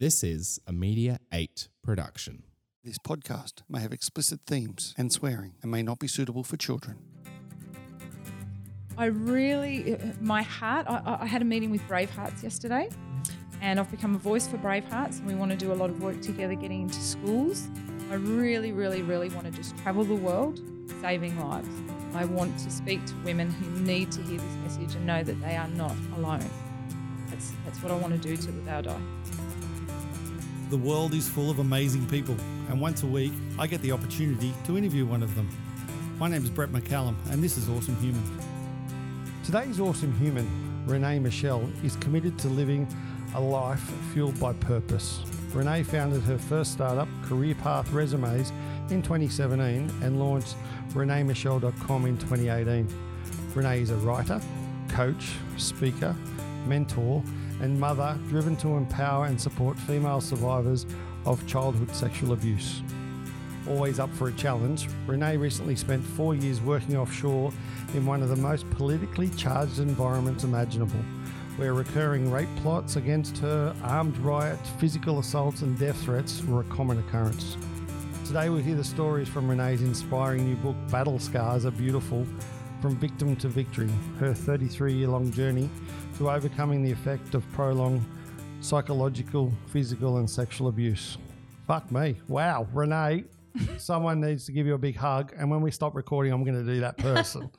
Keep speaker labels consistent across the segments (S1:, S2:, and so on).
S1: This is a Media 8 production.
S2: This podcast may have explicit themes and swearing and may not be suitable for children.
S3: I really, my heart, I, I had a meeting with Bravehearts yesterday, and I've become a voice for Bravehearts, and we want to do a lot of work together getting into schools. I really, really, really want to just travel the world saving lives. I want to speak to women who need to hear this message and know that they are not alone. That's, that's what I want to do till the day I die.
S4: The world is full of amazing people, and once a week I get the opportunity to interview one of them. My name is Brett McCallum, and this is Awesome Human.
S5: Today's Awesome Human, Renee Michelle, is committed to living a life fueled by purpose. Renee founded her first startup, Career Path Resumes, in 2017 and launched reneemichelle.com in 2018. Renee is a writer, coach, speaker, mentor, and mother driven to empower and support female survivors of childhood sexual abuse. Always up for a challenge, Renee recently spent four years working offshore in one of the most politically charged environments imaginable, where recurring rape plots against her, armed riots, physical assaults, and death threats were a common occurrence. Today, we hear the stories from Renee's inspiring new book, Battle Scars Are Beautiful From Victim to Victory, her 33 year long journey to overcoming the effect of prolonged psychological, physical, and sexual abuse. Fuck me. Wow, Renee, someone needs to give you a big hug. And when we stop recording, I'm going to do that person.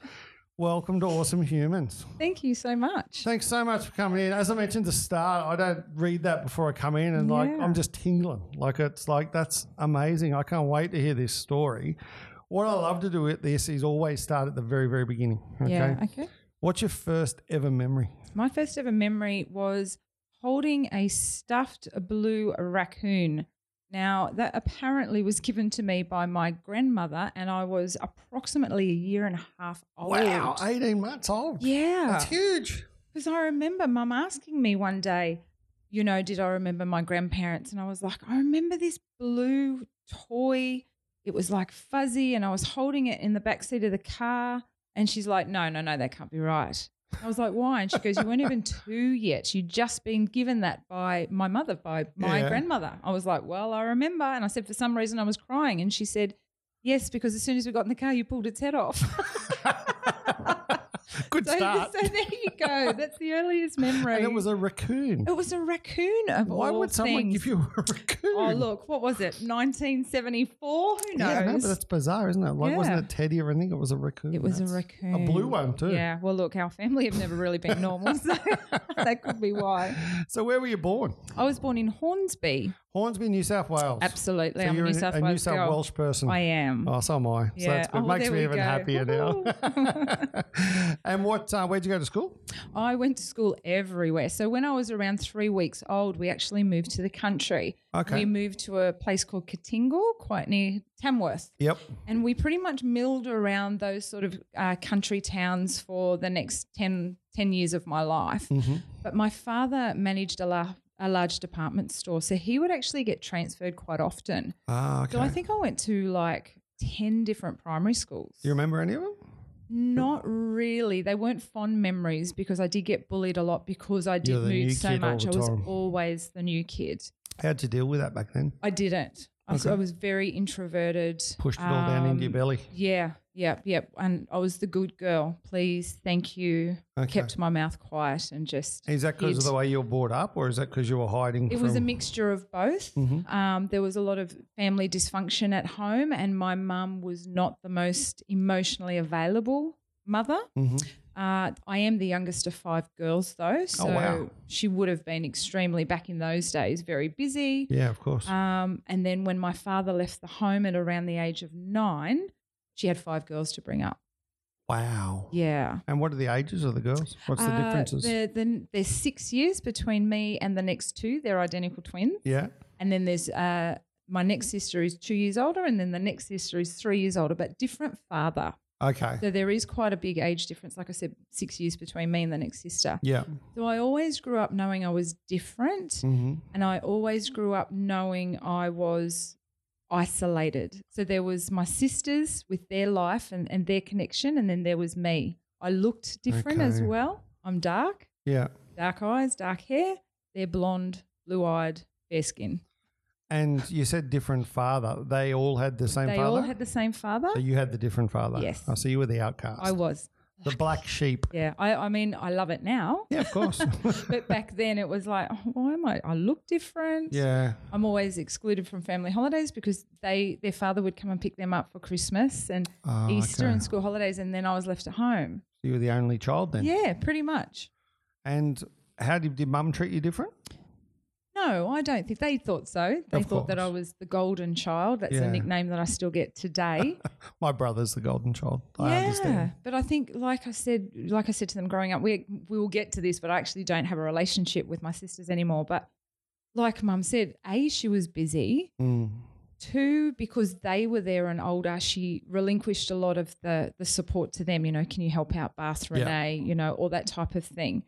S5: Welcome to Awesome Humans.
S3: Thank you so much.
S5: Thanks so much for coming in. As I mentioned at the start, I don't read that before I come in, and like
S3: Yeah.
S5: I'm just tingling. Like it's like that's amazing. I can't wait to hear this story. What I love to do with this is always start at the very, very beginning. Okay.
S3: Yeah, okay.
S5: What's your first ever memory?
S3: My first ever memory was holding a stuffed blue raccoon. Now, that apparently was given to me by my grandmother, and I was approximately a year and a half old.
S5: Wow, 18 months old.
S3: Yeah.
S5: That's huge.
S3: Because I remember mum asking me one day, you know, did I remember my grandparents? And I was like, I remember this blue toy. It was like fuzzy, and I was holding it in the back seat of the car. And she's like, No, no, no, that can't be right. I was like, Why? And she goes, You weren't even two yet. You'd just been given that by my mother, by my
S5: Yeah.
S3: grandmother. I was like, Well, I remember. And I said, For some reason, I was crying. And she said, Yes, because as soon as we got in the car, you pulled its head off.
S5: Good
S3: so,
S5: start.
S3: so there you go. That's the earliest memory.
S5: and it was a raccoon.
S3: It was a raccoon of
S5: Why
S3: all
S5: would someone
S3: things.
S5: give you a raccoon?
S3: Oh look, what was it? 1974. Who knows?
S5: Yeah, no, but that's bizarre, isn't it? Like,
S3: Yeah.
S5: wasn't it Teddy or anything? It was a raccoon.
S3: it was a
S5: That's-
S3: raccoon,
S5: A blue one, too.
S3: Yeah. Well, look, our family have never really been normal, so that could be why.
S5: So, where were you born?
S3: I was born in Hornsby.
S5: Hornsby, New South Wales.
S3: Absolutely,
S5: So
S3: I'm a
S5: you're
S3: New South
S5: a
S3: Wales
S5: New South
S3: girl.
S5: Welsh person.
S3: I am.
S5: Oh, so am I. So
S3: Yeah.
S5: that's good.
S3: Oh, well,
S5: Makes
S3: there
S5: me
S3: we
S5: even
S3: go.
S5: happier now.
S3: Woohoo.
S5: and what? Uh, where'd you go to school?
S3: I went to school everywhere. So when I was around three weeks old, we actually moved to the country.
S5: Okay.
S3: We moved to a place called Katingal, quite near Tamworth.
S5: Yep.
S3: And we pretty much milled around those sort of uh, country towns for the next 10, 10 years of my life.
S5: Mm-hmm.
S3: But my father managed a, la- a large department store, so he would actually get transferred quite often.
S5: Ah, okay.
S3: So I think I went to like 10 different primary schools.
S5: Do you remember any of them?
S3: Not really. They weren't fond memories because I did get bullied a lot because I did
S5: You're the
S3: move
S5: new
S3: so
S5: kid all
S3: much. I
S5: the
S3: was
S5: time.
S3: always the new kid.
S5: How'd you deal with that back then?
S3: I didn't. I was,
S5: Okay.
S3: I was very introverted.
S5: Pushed it all down into your
S3: Um,
S5: belly.
S3: Yeah, yep, yep. And I was the good girl. Please, thank you.
S5: Okay.
S3: Kept my mouth quiet and just.
S5: Is that because of
S3: hid.
S5: the way you were brought up, or is that because you were hiding?
S3: It was a
S5: from- Mm-hmm.
S3: mixture of both. Um, there was a lot of family dysfunction at home, and my mum was not the most emotionally available mother.
S5: Mm-hmm.
S3: Uh, I am the youngest of five girls, though, so
S5: Oh, wow.
S3: she would have been extremely back in those days, very busy.
S5: Yeah, of course.
S3: Um, and then when my father left the home at around the age of nine, she had five girls to bring up.
S5: wow.
S3: Yeah.
S5: And what are the ages of the girls? What's the
S3: Uh,
S5: differences?
S3: there- then there's six years between me and the next two. They're identical twins.
S5: yeah.
S3: And then there's uh, my next sister is two years older, and then the next sister is three years older, but different father.
S5: Okay.
S3: So there is quite a big age difference. Like I said, six years between me and the next sister.
S5: yeah.
S3: So I always grew up knowing I was different,
S5: hmm
S3: and I always grew up knowing I was isolated. So there was my sisters with their life and, and their connection, and then there was me. I looked different as
S5: Okay.
S3: well. I'm dark
S5: Yeah.
S3: dark eyes, dark hair. They're blonde, blue eyed, fair skin.
S5: And you said different father. They all had the same
S3: they
S5: father.
S3: all had the same father.
S5: so you had the different father.
S3: Yes.
S5: I see you were the outcast.
S3: I was.
S5: the black sheep.
S3: Yeah. I, I mean, I love it now.
S5: Yeah, of course.
S3: But back then it was like, oh, why am I? I look different.
S5: yeah.
S3: I'm always excluded from family holidays because they their father would come and pick them up for Christmas and
S5: Oh,
S3: Easter
S5: okay.
S3: and school holidays, and then I was left at home.
S5: You were the only child then.
S3: Yeah, pretty much.
S5: And how did, did mum treat you different?
S3: No, I don't think they thought so. They
S5: Of
S3: thought that I
S5: course.
S3: was the golden child. That's
S5: Yeah.
S3: a nickname that I still get today.
S5: My brother's the golden child. I
S3: yeah,
S5: understand.
S3: but I think, like I said, like I said to them growing up, we we will get to this, but I actually don't have a relationship with my sisters anymore. But like Mum said, a she was busy.
S5: Mm.
S3: Two, because they were there and older, she relinquished a lot of the the support to them. You know, can you help out, Bath
S5: Yeah.
S3: Renee? You know, all that type of thing.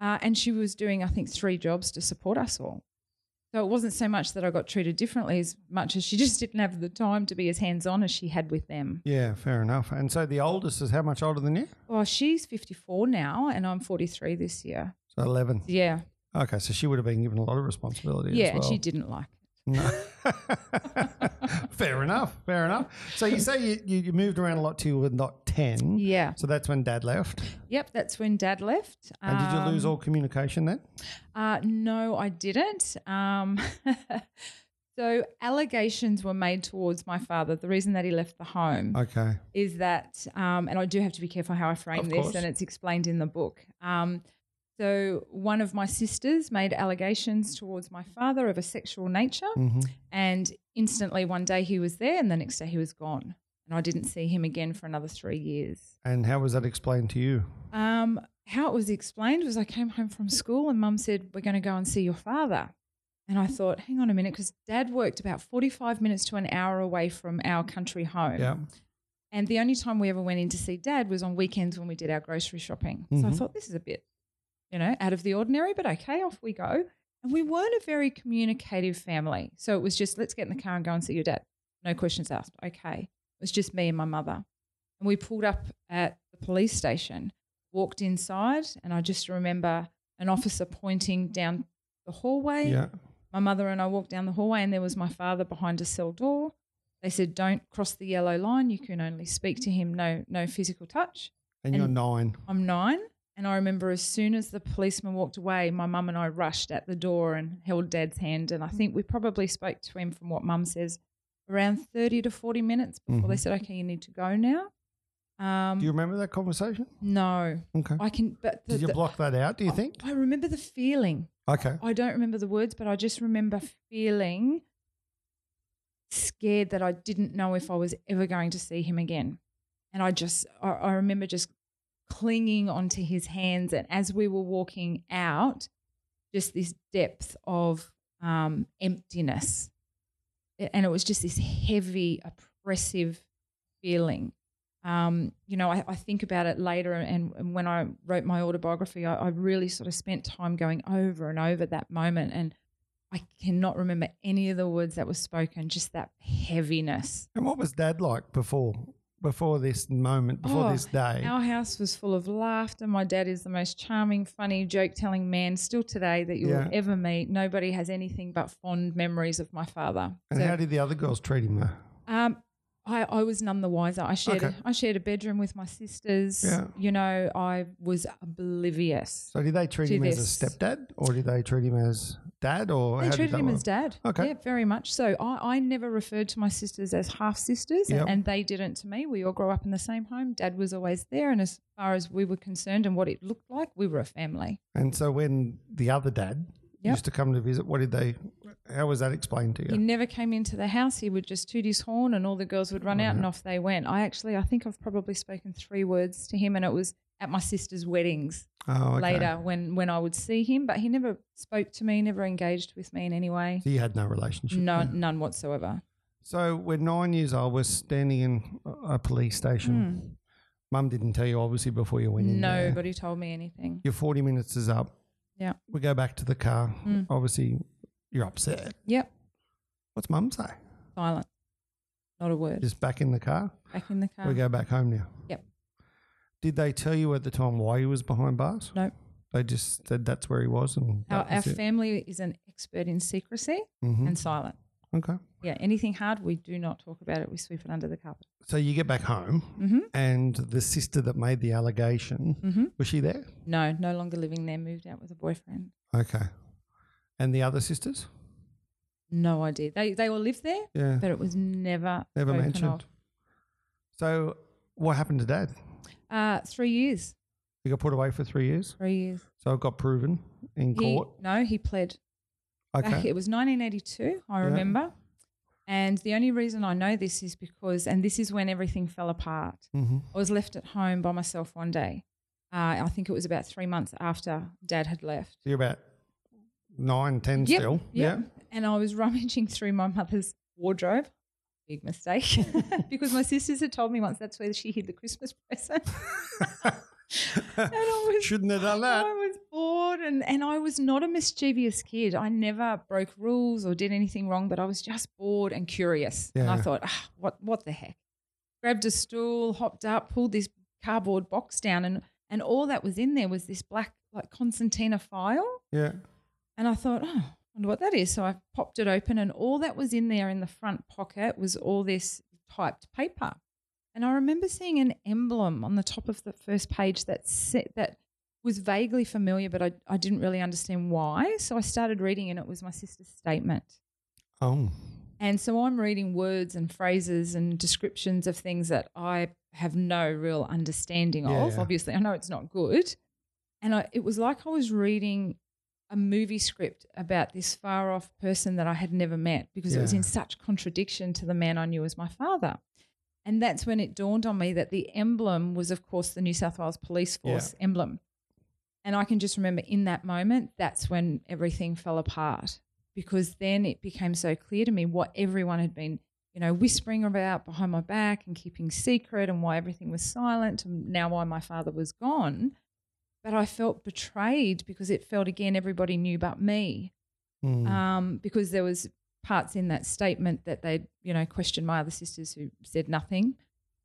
S3: Uh, and she was doing, I think, three jobs to support us all. So it wasn't so much that I got treated differently as much as she just didn't have the time to be as hands on as she had with them.
S5: Yeah, fair enough. And so the oldest is how much older than you?
S3: Well, she's 54 now, and I'm 43 this year.
S5: So 11.
S3: Yeah.
S5: Okay, so she would have been given a lot of responsibility
S3: yeah,
S5: as well.
S3: and she didn't like it.
S5: No. fair enough. Fair enough. So you say you, you, you moved around a lot till you were not 10.
S3: Yeah.
S5: So that's when dad left.
S3: Yep, that's when dad left.
S5: And did you lose
S3: Um,
S5: all communication then?
S3: Uh, no, I didn't. Um, so allegations were made towards my father. The reason that he left the home
S5: Okay.
S3: is that, um, and I do have to be careful how I frame
S5: Of
S3: this,
S5: course.
S3: and it's explained in the book. Um, so one of my sisters made allegations towards my father of a sexual nature,
S5: Mm-hmm.
S3: and instantly one day he was there, and the next day he was gone, and I didn't see him again for another three years.
S5: And how was that explained to you?
S3: Um, how it was explained was I came home from school and mum said, We're going to go and see your father. And I thought, Hang on a minute, because dad worked about 45 minutes to an hour away from our country home.
S5: Yeah.
S3: And the only time we ever went in to see dad was on weekends when we did our grocery shopping. So I
S5: Mhm.
S3: thought, This is a bit, you know, out of the ordinary, but okay, off we go. And we weren't a very communicative family. So it was just, Let's get in the car and go and see your dad. No questions asked. Okay. It was just me and my mother. And we pulled up at the police station walked inside and I just remember an officer pointing down the hallway.
S5: Yeah.
S3: My mother and I walked down the hallway and there was my father behind a cell door. They said, Don't cross the yellow line. You can only speak to him, no, no physical touch.
S5: And, you're
S3: And-
S5: nine.
S3: I'm nine. And I remember as soon as the policeman walked away, my mum and I rushed at the door and held dad's hand. And I think we probably spoke to him from what mum says around 30 to 40 minutes before they said, Okay, you need to go now. Um,
S5: Mm-hmm. Do you remember that conversation?
S3: no,
S5: Okay.
S3: I can, but the,
S5: Did you
S3: the-
S5: block that out, do you think?
S3: I remember the feeling.
S5: Okay.
S3: I don't remember the words, but I just remember feeling scared that I didn't know if I was ever going to see him again. And I just, I, I remember just clinging onto his hands. And as we were walking out, just this depth of um, emptiness. A- And it was just this heavy, oppressive feeling. Um, you know, I, I think about it later, and, and when I wrote my autobiography, I, I really sort of spent time going over and over that moment, and I cannot remember any of the words that were spoken. Just that heaviness.
S5: And what was dad like before before this moment, before
S3: Oh,
S5: this day?
S3: Our house was full of laughter. My dad is the most charming, funny, joke telling man still today that you'll
S5: Yeah.
S3: ever meet. Nobody has anything but fond memories of my father.
S5: and
S3: So,
S5: how did the other girls treat him though?
S3: um, I, I was none the wiser. I shared
S5: Okay.
S3: I shared a bedroom with my sisters.
S5: Yeah.
S3: You know, I was oblivious.
S5: So did they treat
S3: To
S5: him as
S3: this.
S5: a stepdad or did they treat him as dad or
S3: They
S5: how
S3: treated
S5: did that
S3: him
S5: work?
S3: as dad.
S5: Okay.
S3: Yeah, very much so. I, I never referred to my sisters as half sisters,
S5: Yep.
S3: and, and they didn't to me. We all grew up in the same home. Dad was always there. And as far as we were concerned and what it looked like, we were a family.
S5: And so when the other dad
S3: Yep.
S5: used to come to visit, what did they? How was that explained to you?
S3: He never came into the house. He would just toot his horn, and all the girls would run out, and off they went. I actually, I think I've probably spoken three words to him, and it was at my sister's weddings
S5: oh, okay.
S3: later when when I would see him. But he never spoke to me, never engaged with me in any way.
S5: So you had no relationship.
S3: No, none whatsoever.
S5: So when nine years old, we're standing in a- a police
S3: Hmm.
S5: station. Mum didn't tell you obviously before you went in. there.
S3: Nobody told me anything.
S5: Your forty minutes is up.
S3: Yeah.
S5: We go back to the car.
S3: Mm.
S5: Obviously, you're upset.
S3: Yep.
S5: What's Mum say?
S3: Silent. Not a word.
S5: Just back in the car.
S3: Back in the car.
S5: we go back home now.
S3: Yep.
S5: Did they tell you at the time why you was behind bars?
S3: Nope.
S5: They just said that's where he was, and
S3: Our,
S5: that
S3: our
S5: was it.
S3: family is an expert in secrecy
S5: Mhm.
S3: and silent.
S5: Okay.
S3: Yeah, anything hard, we do not talk about it. We sweep it under the carpet.
S5: So you get back home,
S3: hmm
S5: and the sister that made the allegation
S3: hmm
S5: was she there?
S3: No, no longer living there, moved out with a boyfriend.
S5: Okay. And the other sisters?
S3: No idea. They they all lived there,
S5: Yeah.
S3: but it was never
S5: Never
S3: spoken
S5: mentioned.
S3: of.
S5: So what happened to Dad?
S3: Uh, three years.
S5: He got put away for three years.
S3: Three years.
S5: So it got proven
S3: He-
S5: in court.
S3: no, he pled. Back,
S5: Okay.
S3: it was 1982, I
S5: Yeah.
S3: remember. And the only reason I know this is because, and this is when everything fell apart.
S5: Mm-hmm.
S3: I was left at home by myself one day. Uh, I think it was about three months after Dad had left.
S5: So you're about nine, ten
S3: Yep,
S5: still.
S3: yep. And I was rummaging through my mother's wardrobe. Big mistake. because my sisters had told me once that's where she hid the Christmas present.
S5: Yeah.
S3: And I was-
S5: Shouldn't have done that.
S3: I was bored and, and I was not a mischievous kid. I never broke rules or did anything wrong, but I was just bored and curious. And I
S5: Yeah.
S3: thought, "Ah, what what the heck? Grabbed a stool, hopped up, pulled this cardboard box down and and all that was in there was this black like concertina file.
S5: Yeah.
S3: And I thought, oh, I wonder what that is. So I popped it open, and all that was in there in the front pocket was all this typed paper. And I remember seeing an emblem on the top of the first page that sa- that was vaguely familiar, but I, I didn't really understand why. So I started reading, and it was my sister's statement.
S5: Oh.
S3: And so I'm reading words and phrases and descriptions of things that I have no real understanding
S5: Yeah,
S3: of.
S5: yeah.
S3: Obviously, I know it's not good. And I, it was like I was reading a movie script about this far off person that I had never met because it was
S5: Yeah.
S3: in such contradiction to the man I knew as my father. And that's when it dawned on me that the emblem was, of course, the New South Wales Police
S5: Yeah.
S3: Force emblem. And I can just remember in that moment, that's when everything fell apart because then it became so clear to me what everyone had been, you know, whispering about behind my back and keeping secret and why everything was silent and now why my father was gone. But I felt betrayed because it felt again everybody knew but me
S5: Mm.
S3: um, because there was parts in that statement that they, you know, questioned my other sisters who said nothing.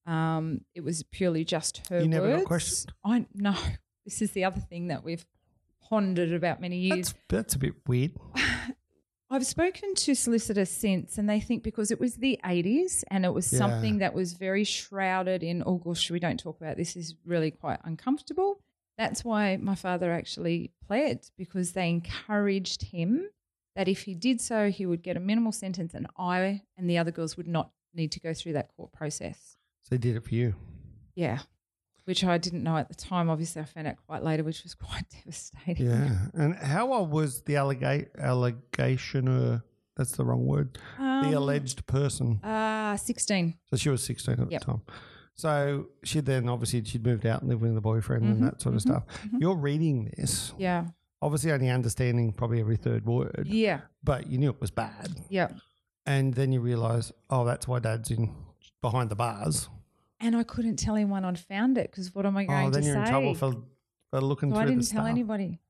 S3: Um, it was purely just her
S5: You never got
S3: words.
S5: questioned?
S3: I no. This is the other thing that we've pondered about many years.
S5: that's, that's a bit weird.
S3: I've spoken to solicitors since, and they think because it was the 80s and it was
S5: Yeah.
S3: something that was very shrouded in, oh gosh, we don't talk about this, is really quite uncomfortable. That's why my father actually pled because they encouraged him that if he did so, he would get a minimal sentence, and I and the other girls would not need to go through that court process.
S5: So he did it for you.
S3: Yeah. Which I didn't know at the time. Obviously, I found out quite later, which was quite devastating.
S5: Yeah. And how old was the allega- allegationer? That's the wrong word.
S3: Um,
S5: the alleged person.
S3: Uh, 16.
S5: So she was 16 at
S3: Yep.
S5: the time. So she then obviously she'd moved out and lived with the boyfriend
S3: Mhm,
S5: and that sort of
S3: mhm,
S5: stuff.
S3: mhm.
S5: You're reading this,
S3: Yeah.
S5: obviously only understanding probably every third word,
S3: Yeah.
S5: but you knew it was bad.
S3: Yeah.
S5: And then you realise, oh, that's why dad's in behind the bars.
S3: and I couldn't tell anyone I'd found it because what am I going
S5: Oh, then
S3: to
S5: you're
S3: say?
S5: in trouble for, for looking
S3: so
S5: through
S3: I didn't
S5: the
S3: tell
S5: stuff.
S3: anybody.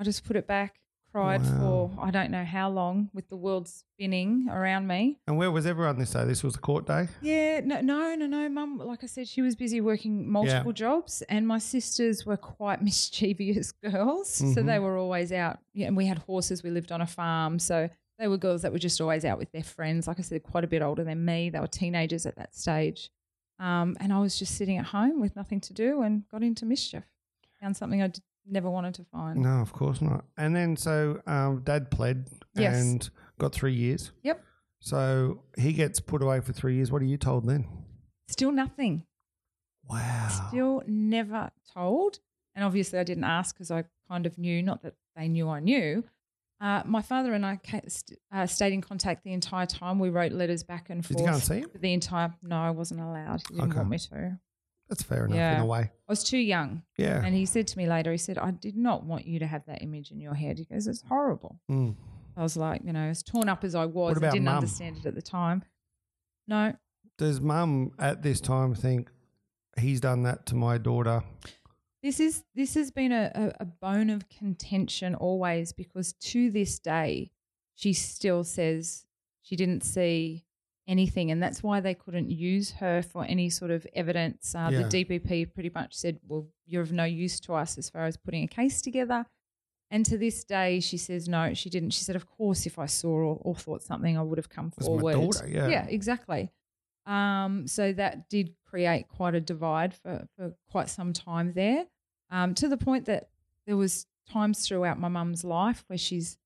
S3: I just put it back, cried
S5: Wow.
S3: for I don't know how long with the world spinning around me.
S5: And where was everyone this day? This was the court day?
S3: Yeah, no, no, no, no, mum. Like I said, she was busy working multiple jobs, and my sisters were quite mischievous girls. So they were always out. Yeah, and we had horses. We lived on a farm. So they were girls that were just always out with their friends. Like I said, quite a bit older than me. They were teenagers at that stage. Um, and I was just sitting at home with nothing to do and got into mischief. Found something I d- never wanted to find.
S5: No, of course not. And then so um, dad pled
S3: Yes.
S5: and got three years.
S3: Yep.
S5: So he gets put away for three years. What are you told then?
S3: Still nothing.
S5: Wow.
S3: still never told. And obviously, I didn't ask because I kind of knew, not that they knew I knew. Uh, my father and I ca- st- uh, stayed in contact the entire time. We wrote letters back and
S5: Did
S3: forth.
S5: you go and see him?
S3: The entire, no, I wasn't allowed. He didn't
S5: Okay.
S3: want me to. I
S5: That's fair enough in
S3: Yeah.
S5: a way.
S3: was too young.
S5: Yeah.
S3: And he said to me later, he said, I did not want you to have that image in your head. He goes, it's horrible.
S5: Mm.
S3: I was like, you know, as torn up as I was, I
S5: about
S3: didn't
S5: mum?
S3: understand it at the time. No,
S5: Does mum at this time think he's done that to my daughter?
S3: This is this has been a, a, a bone of contention always because to this day she still says she didn't see anything. And that's why they couldn't use her for any sort of evidence. Uh,
S4: Yeah.
S3: The DBP pretty much said, well, you're of no use to us as far as putting a case together. And to this day, she says, no, she didn't. She said, of course, if I saw or, or thought something, I would have come
S5: That's my
S3: forward.
S5: daughter, yeah.
S3: exactly. Um, so that did create quite a divide for, for quite some time there, um, to the point that there was times throughout my mum's life where she's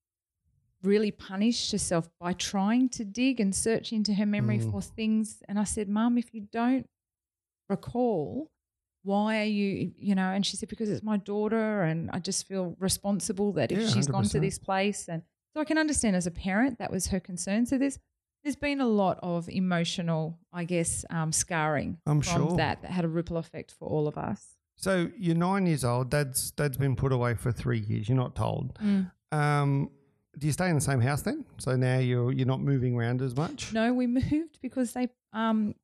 S3: really punished herself by trying to dig and search into her memory
S5: Mm.
S3: for things. And I said, Mum, if you don't recall, why are you, you know? And she said, Because it's my daughter, and I just feel responsible that if
S5: Yeah,
S3: she's gone to
S5: 100%.
S3: this place. And so I can understand as a parent that was her concern. So there's, there's been a lot of emotional, I guess, um, scarring
S5: I'm
S3: from
S5: sure.
S3: that that had a ripple effect for all of us.
S5: So you're nine years old. Dad's dad's been put away for three years. You're not told.
S3: Mm.
S5: Um, do you stay in the same house then? So now you're you're not moving around as much.
S3: No, we moved because they um,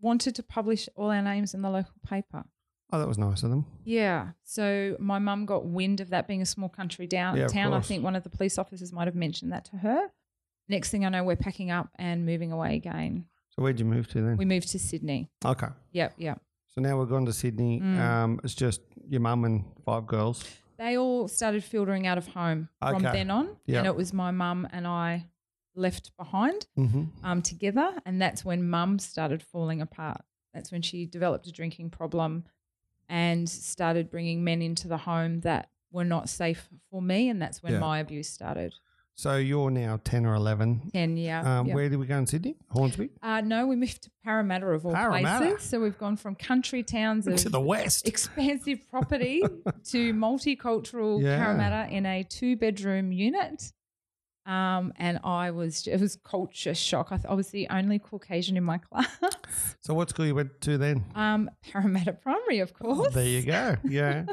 S3: wanted to publish all our names in the local paper.
S5: Oh, that was nice of them.
S3: Yeah. So my mum got wind of that being a small country down
S5: Yeah, of
S3: town. I
S5: course.
S3: think one of the police officers might have mentioned that to her. Next thing I know, we're packing up and moving away again.
S5: So where'd you move to then?
S3: We moved to Sydney.
S5: okay.
S3: Yep, yep.
S5: So now we've gone to Sydney.
S3: Mm.
S5: Um, it's just your mum and five girls.
S3: They all started filtering out of home from
S5: Okay.
S3: then on,
S5: Yep.
S3: and it was my mum and I left behind
S5: Mm-hmm.
S3: um, together, and that's when mum started falling apart. That's when she developed a drinking problem and started bringing men into the home that were not safe for me, and that's when
S5: Yeah.
S3: my abuse started.
S5: So you're now ten or eleven.
S3: Ten, yeah.
S5: Um,
S3: yeah.
S5: Where do we go in Sydney? Hornsby.
S3: Uh, no, we moved to Parramatta of all
S5: Parramatta?
S3: places. So we've gone from country towns of
S5: west.
S3: expansive property to multicultural
S5: Yeah.
S3: Parramatta in a two-bedroom unit. Um, and I was it was culture shock. I, th- I was the only Caucasian in my class.
S5: So what school you went to then?
S3: Um, Parramatta Primary, of course.
S5: There you go. Yeah.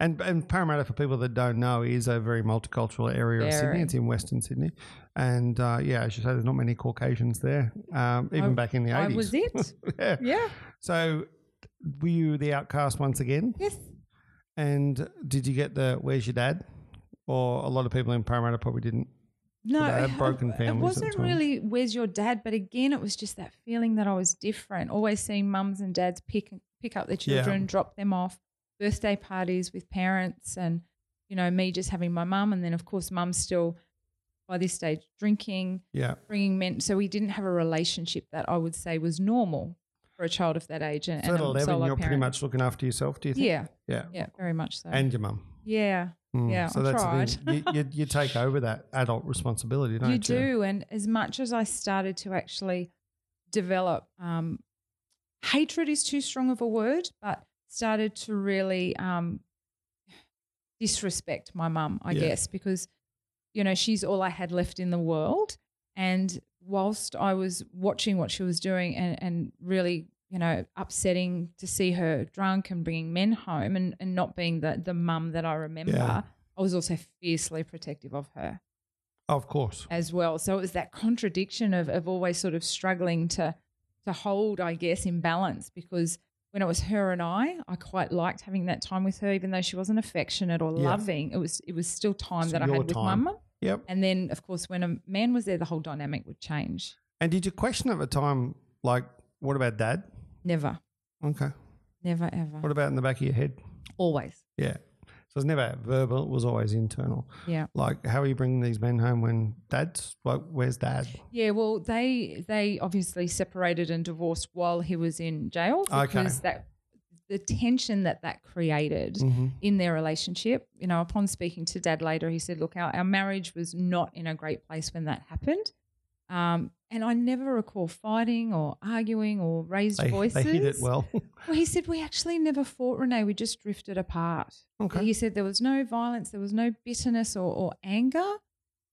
S5: And, and Parramatta, for people that don't know, is a very multicultural area of Sydney.
S3: Very.
S5: It's in Western Sydney, and uh, yeah, as you say, there's not many Caucasians there, um, even
S3: I-
S5: back in the
S3: I
S5: eighties.
S3: was it.
S5: yeah.
S3: yeah.
S5: So, were you the outcast once again?
S3: Yes.
S5: And did you get the "Where's your dad"? Or a lot of people in Parramatta probably didn't.
S3: No,
S5: they had
S3: it-
S5: broken
S3: It
S5: families at
S3: wasn't
S5: times.
S3: really where's your dad, but again, it was just that feeling that I was different. Always seeing mums and dads pick pick up their
S5: Yeah.
S3: children, drop them off, birthday parties with parents, and you know me just having my mum, and then of course mum still by this stage drinking,
S5: Yeah.
S3: bringing men. So we didn't have a relationship that I would say was normal for a child of that age. And,
S5: So
S3: and a
S5: at eleven,
S3: solo
S5: you're pretty
S3: parent.
S5: much looking after yourself. Do you think?
S3: yeah,
S5: Yeah.
S3: yeah, very much so.
S5: And your mum.
S3: yeah,
S5: Mm.
S3: Yeah,
S5: So
S3: I
S5: that's
S3: tried.
S5: the thing. You, you, you take over that adult responsibility, don't you?
S3: you do and as much as i started to actually develop um, hatred is too strong of a word but started to really um, disrespect my mum i
S5: Yeah.
S3: guess because you know she's all i had left in the world and whilst i was watching what she was doing and, and really you know upsetting to see her drunk and bringing men home and, and not being the, the mum that i remember
S5: Yeah.
S3: i was also fiercely protective of her
S5: Of course.
S3: as well. So it was that contradiction of, of always sort of struggling to to hold, I guess, in balance because when it was her and I, I quite liked having that time with her, even though she wasn't affectionate or
S5: Yeah.
S3: loving. It was it was still time
S5: It's
S3: that I
S5: your
S3: had with my
S5: time.
S3: mum.
S5: Yep.
S3: And then of course when a man was there, the whole dynamic would change.
S5: And did you question at the time, like, what about dad?
S3: Never.
S5: Okay.
S3: Never ever.
S5: What about in the back of your head?
S3: Always.
S5: Yeah. So it's never verbal, it was always internal.
S3: Yeah.
S5: Like, how are you bringing these men home when dad's, like, where's dad?
S3: Yeah, well, they they obviously separated and divorced while he was in jail
S5: Okay.
S3: because that the tension that that created
S5: Mhm.
S3: in their relationship. You know, upon speaking to Dad later, he said, "Look, our, our marriage was not in a great place when that happened." Um, and I never recall fighting or arguing or raised
S5: They,
S3: voices.
S5: they hit it well.
S3: Well, he said we actually never fought, Renee. We just drifted apart.
S5: okay.
S3: He said there was no violence, there was no bitterness or, or anger.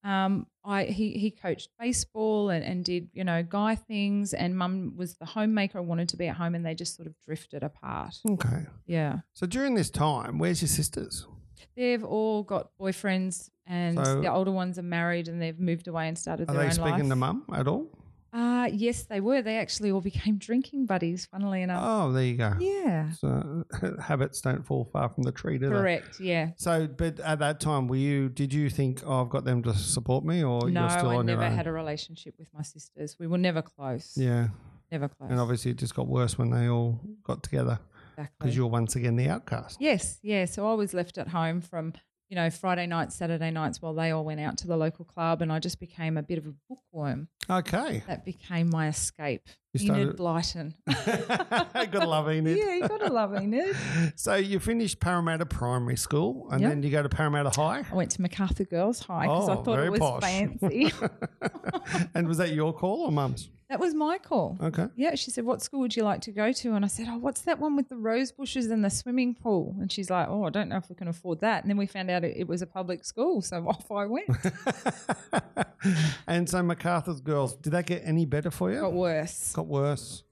S3: Um, I he he coached baseball and, and did you know guy things, and Mum was the homemaker and wanted to be at home, and they just sort of drifted apart.
S5: Okay.
S3: Yeah,
S5: So during this time, where's your sisters?
S3: they've all got boyfriends, and
S5: So-
S3: the older ones are married, and they've moved away and started
S5: Are
S3: their
S5: they
S3: own
S5: speaking
S3: life.
S5: to mum at all?
S3: Uh, yes, they were. They actually all became drinking buddies, funnily enough.
S5: Oh, there you go.
S3: Yeah.
S5: So habits don't fall far from the tree, do they?
S3: Correct. Yeah.
S5: So, but at that time, were you? Did you think "Oh, I've got them to support me, or
S3: no,
S5: you're still
S3: I
S5: on
S3: never
S5: your own?
S3: had a relationship with my sisters. We were never close.
S5: yeah,
S3: Never close.
S5: and obviously it just got worse when they all got together
S3: Exactly.
S5: because you're once again the outcast.
S3: Yes, yeah. So I was left at home from, you know, Friday nights, Saturday nights while they all went out to the local club and I just became a bit of a bookworm.
S5: Okay,
S3: That became my escape.
S5: You
S3: Enid
S5: started-
S3: Blyton.
S5: gotta love Enid.
S3: yeah, you gotta love Enid.
S5: So you finished Parramatta Primary School, and
S3: Yep.
S5: then you go to Parramatta High.
S3: I went to MacArthur Girls High because I
S5: Oh,
S3: thought
S5: very
S3: it was
S5: posh.
S3: fancy.
S5: and was that your call or mum's?
S3: that was my call.
S5: Okay.
S3: Yeah, she said, What school would you like to go to? And I said, Oh, what's that one with the rose bushes and the swimming pool? And she's like, Oh, I don't know if we can afford that. And then we found out it, it was a public school. So off I went.
S5: and so MacArthur's girls, did that get any better for you?
S3: Got worse.
S5: Got worse.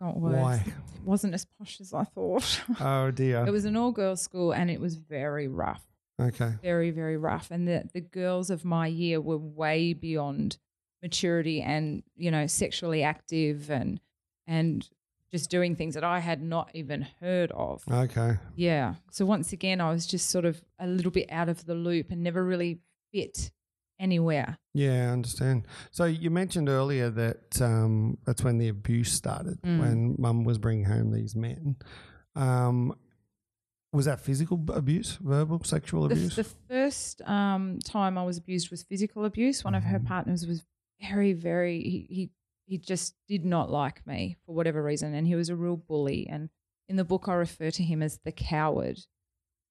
S3: Got worse.
S5: Why?
S3: It wasn't as posh as I thought.
S5: Oh dear.
S3: It was an all girls school and it was very rough,
S5: okay.
S3: very, very rough. And the, the girls of my year were way beyond maturity and, you know, sexually active and, and just doing things that I had not even heard of.
S5: Okay.
S3: Yeah. So once again, I was just sort of a little bit out of the loop and never really fit anywhere.
S5: Yeah, I understand. So you mentioned earlier that um, that's when the abuse started,
S3: Mm.
S5: when mum was bringing home these men. Um, was that physical b- abuse, verbal, sexual
S3: The,
S5: abuse?
S3: the first um, time I was abused was physical abuse. One of
S5: Mm-hmm.
S3: her partners was very, very he, he he just did not like me for whatever reason, and he was a real bully. And in the book, I refer to him as the coward.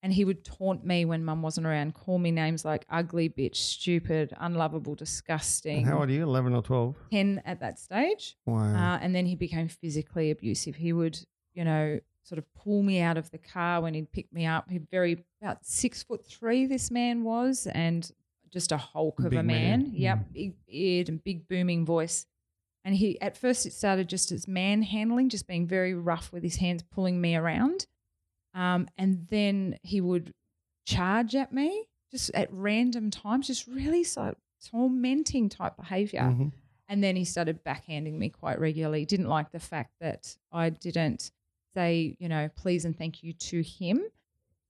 S3: And he would taunt me when mum wasn't around, call me names like ugly bitch, stupid, unlovable, disgusting.
S5: How old are you? 11 or 12?
S3: Ten at that stage.
S5: Wow.
S3: Uh, and then he became physically abusive. He would, you know, sort of pull me out of the car when he'd pick me up. He very about six foot three. This man was, and just a hulk of
S5: Big
S3: a
S5: man. Hmm.
S3: man. Yep, big eared and big booming voice. And he at first it started just as manhandling, just being very rough with his hands, pulling me around. Um, and then he would charge at me just at random times, just really so tormenting type behavior.
S5: Mhm.
S3: And then he started backhanding me quite regularly. Didn't like the fact that I didn't say, you know, please and thank you to him.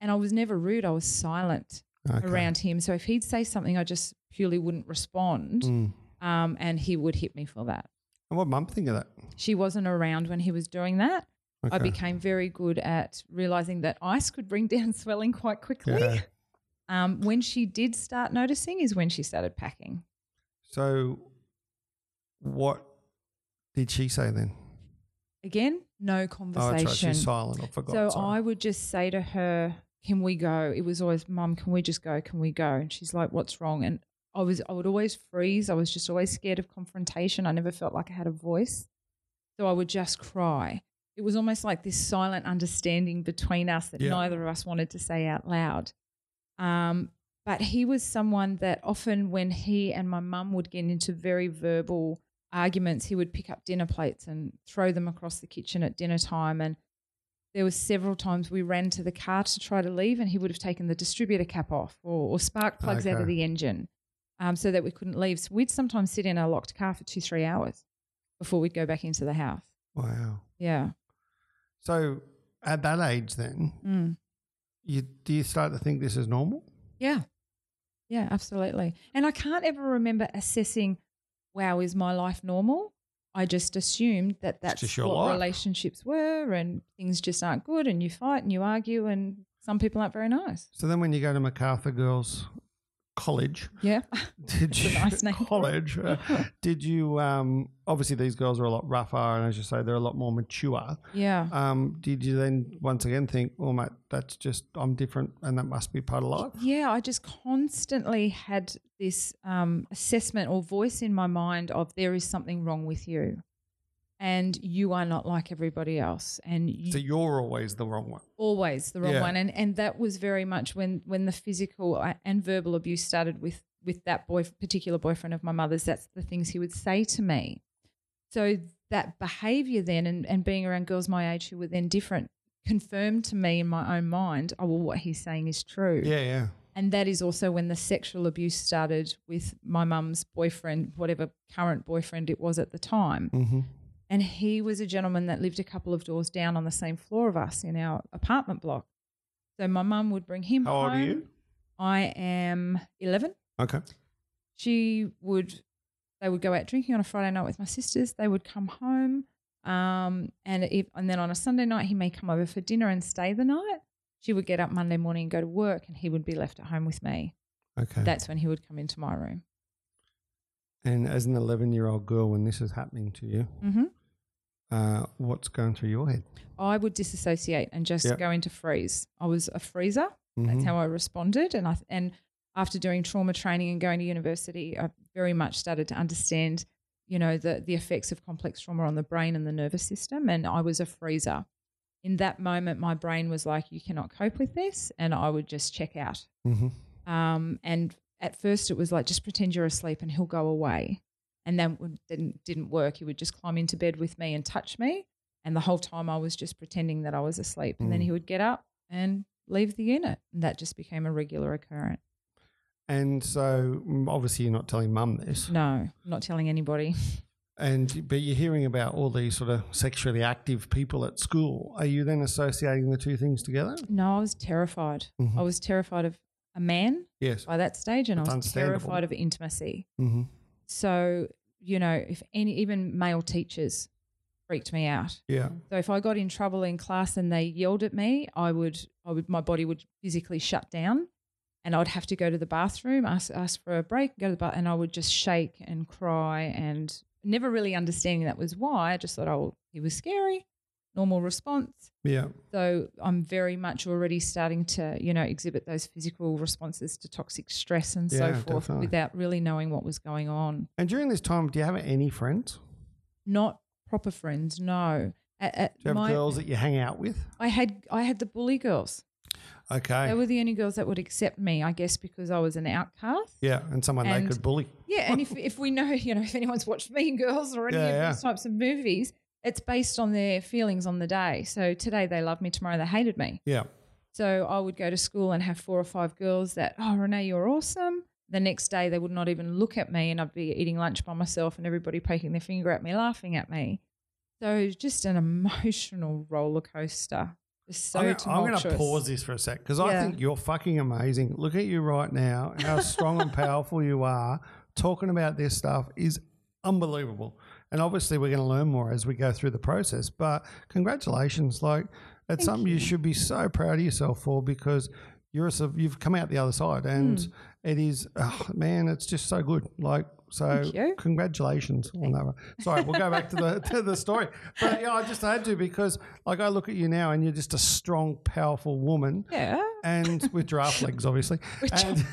S3: And I was never rude, I was silent
S5: Okay.
S3: around him. So if he'd say something, I just purely wouldn't respond.
S5: Mm.
S3: Um, and he would hit me for that.
S5: And what mum think of that?
S3: She wasn't around when he was doing that. I
S5: Okay.
S3: became very good at realizing that ice could bring down swelling quite quickly.
S5: Yeah.
S3: Um, when she did start noticing is when she started packing.
S5: So, what did she say then?
S3: Again, no
S5: Oh, that's
S3: conversation.
S5: right. She's silent. I forgot.
S3: So
S5: Sorry.
S3: I would just say to her, "Can we go?" It was always, "Mum, can we just go? Can we go?" And she's like, "What's wrong?" And I was, I would always freeze. I was just always scared of confrontation. I never felt like I had a voice, so I would just cry. It was almost like this silent understanding between us that
S5: Yeah.
S3: neither of us wanted to say out loud. Um, but he was someone that often, when he and my mum would get into very verbal arguments, he would pick up dinner plates and throw them across the kitchen at dinner time. And there was several times we ran to the car to try to leave, and he would have taken the distributor cap off or, or spark plugs out of
S5: Okay.
S3: the engine, um, so that we couldn't leave. So we'd sometimes sit in our locked car for two, three hours before we'd go back into the house.
S5: Wow.
S3: Yeah.
S5: So at that age, then
S3: Mm.
S5: you do you start to think this is normal?
S3: Yeah. Yeah, absolutely. And I can't ever remember assessing, wow, is my life normal? I just assumed that that's
S5: just your
S3: what
S5: life.
S3: relationships were and things just aren't good and you fight and you argue and some people aren't very nice.
S5: So then, when you go to MacArthur Girls College,
S3: Yeah.
S5: did
S3: It's a
S5: you
S3: nice name.
S5: college? uh, did you um, obviously these girls are a lot rougher, and as you say, they're a lot more mature.
S3: Yeah.
S5: Um, did you then once again think, oh mate, that's just I'm different, and that must be part of life?
S3: Yeah, I just constantly had this um, assessment or voice in my mind of there is something wrong with you and you are not like everybody else and you
S5: So you're always the wrong one.
S3: always the wrong
S5: Yeah.
S3: one and and that was very much when when the physical a- and verbal abuse started with with that boy particular boyfriend of my mother's that's the things he would say to me so that behavior then and, and being around girls my age who were then different confirmed to me in my own mind oh well what he's saying is true
S5: Yeah, yeah.
S3: And that is also when the sexual abuse started with my mum's boyfriend, whatever current boyfriend it was at the time.
S2: Mm-hmm.
S3: And he was a gentleman that lived a couple of doors down on the same floor of us in our apartment block. So my mum would bring him
S5: How old are
S3: home.
S5: you?
S3: I am 11.
S5: Okay.
S3: She would, they would go out drinking on a Friday night with my sisters. They would come home. Um, and, if, and then on a Sunday night, he may come over for dinner and stay the night. She would get up Monday morning and go to work, and he would be left at home with me.
S5: Okay.
S3: That's when he would come into my room.
S5: and as an 11 year old girl, when this is happening to you,
S3: hmm
S5: uh, what's going through your head?
S3: I would disassociate and just
S5: Yeah.
S3: go into freeze. I was a freezer. That's
S5: Mhm.
S3: how I responded. And I and after doing trauma training and going to university, I very much started to understand, you know, the the effects of complex trauma on the brain and the nervous system. And I was a freezer. In that moment, my brain was like, "You cannot cope with this," and I would just check out.
S5: Mhm.
S3: Um, and at first, it was like, "Just pretend you're asleep, and he'll go away." And that would- didn't didn't work. He would just climb into bed with me and touch me, and the whole time I was just pretending that I was asleep. And then
S5: Mm.
S3: he would get up and leave the unit, and that just became a regular occurrence.
S5: And so, mm, obviously, you're not telling mum this,
S3: No, I'm not telling anybody.
S5: and but you're hearing about all these sort of sexually active people at school. Are you then associating the two things together?
S3: No, I was terrified.
S5: Mhm.
S3: I was terrified of a man
S5: Yes.
S3: by that stage, and
S5: That's
S3: I was
S5: understandable.
S3: terrified of intimacy.
S5: Mm-hmm.
S3: So you know, if any even male teachers freaked me out.
S5: Yeah.
S3: So if I got in trouble in class and they yelled at me, I would, I would, my body would physically shut down, and I'd have to go to the bathroom, ask, ask for a break, go to the bath, and I would just shake and cry, and never really understanding that was why. I just thought, oh, he was scary, normal response.
S5: Yeah.
S3: So I'm very much already starting to, you know, exhibit those physical responses to toxic stress and so
S5: Yeah,
S3: forth
S5: definitely.
S3: without really knowing what was going on
S5: And during this time, do you have any friends?
S3: not proper friends. No, at, at
S5: Do you have
S3: my,
S5: girls that you hang out with?
S3: I had I had the bully girls.
S5: Okay.
S3: They were the only girls that would accept me, I guess, because I was an outcast.
S5: yeah, and someone
S3: And-
S5: they could bully.
S3: Yeah, and if if we know, you know, if anyone's watched Mean Girls or any
S5: Yeah,
S3: of
S5: yeah.
S3: these types of movies, it's based on their feelings on the day. So today they loved me, tomorrow they hated me.
S5: Yeah.
S3: So I would go to school and have four or five girls that, oh, Renee, you're awesome. The next day, they would not even look at me, and I'd be eating lunch by myself, and everybody poking their finger at me, laughing at me. So just an emotional roller coaster. Just so
S5: I'm gonna- I'm
S3: tumultuous.
S5: going to pause this for a sec because I
S3: Yeah.
S5: think you're fucking amazing. Look at you right now, how strong and powerful you are. Talking about this stuff is unbelievable. And obviously, we're going to learn more as we go through the process. But congratulations. Like, it's something you. should be so proud of yourself for because you're a, surv- you've come out the other side. And
S3: Hmm.
S5: it is, oh, man, it's just so good. Like, so
S3: Thank you.
S5: congratulations on that one. Sorry, we'll go back to the to the story. But yeah, I just had to because like I look at you now and you're just a strong, powerful woman.
S3: Yeah.
S5: And with giraffe legs, obviously. And-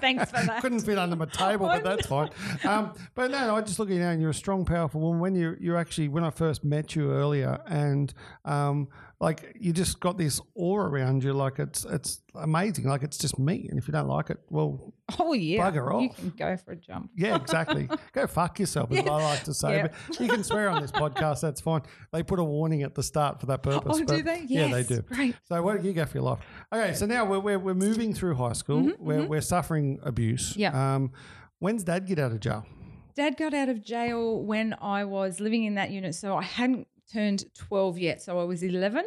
S3: Thanks for that.
S5: Couldn't fit under my table, but
S3: I
S5: that's fine. Um, but no, no, I just look at you now, and you're a strong, powerful woman. When you, you're actually, when I first met you earlier, and um, like you just got this awe around you, like it's it's amazing. Like it's just me, and if you don't like it, well,
S3: Oh yeah.
S5: Bugger
S3: You
S5: off.
S3: can go for a jump.
S5: yeah, exactly. Go fuck yourself, is what I like to say.
S3: Yeah.
S5: But you can swear on this podcast, that's fine. They put a warning at the start for that purpose.
S3: Oh, do
S5: but-
S3: they?
S5: Yeah, they
S3: Yes,
S5: do.
S3: great.
S5: So why don't you go for your life? Okay, so now we're, we're, we're moving through high school. we're, we're suffering abuse.
S3: Mm-hmm, Yeah.
S5: Um, when's dad get out of jail?
S3: Dad got out of jail when I was living in that unit, so I hadn't turned 12 yet, so I was 11.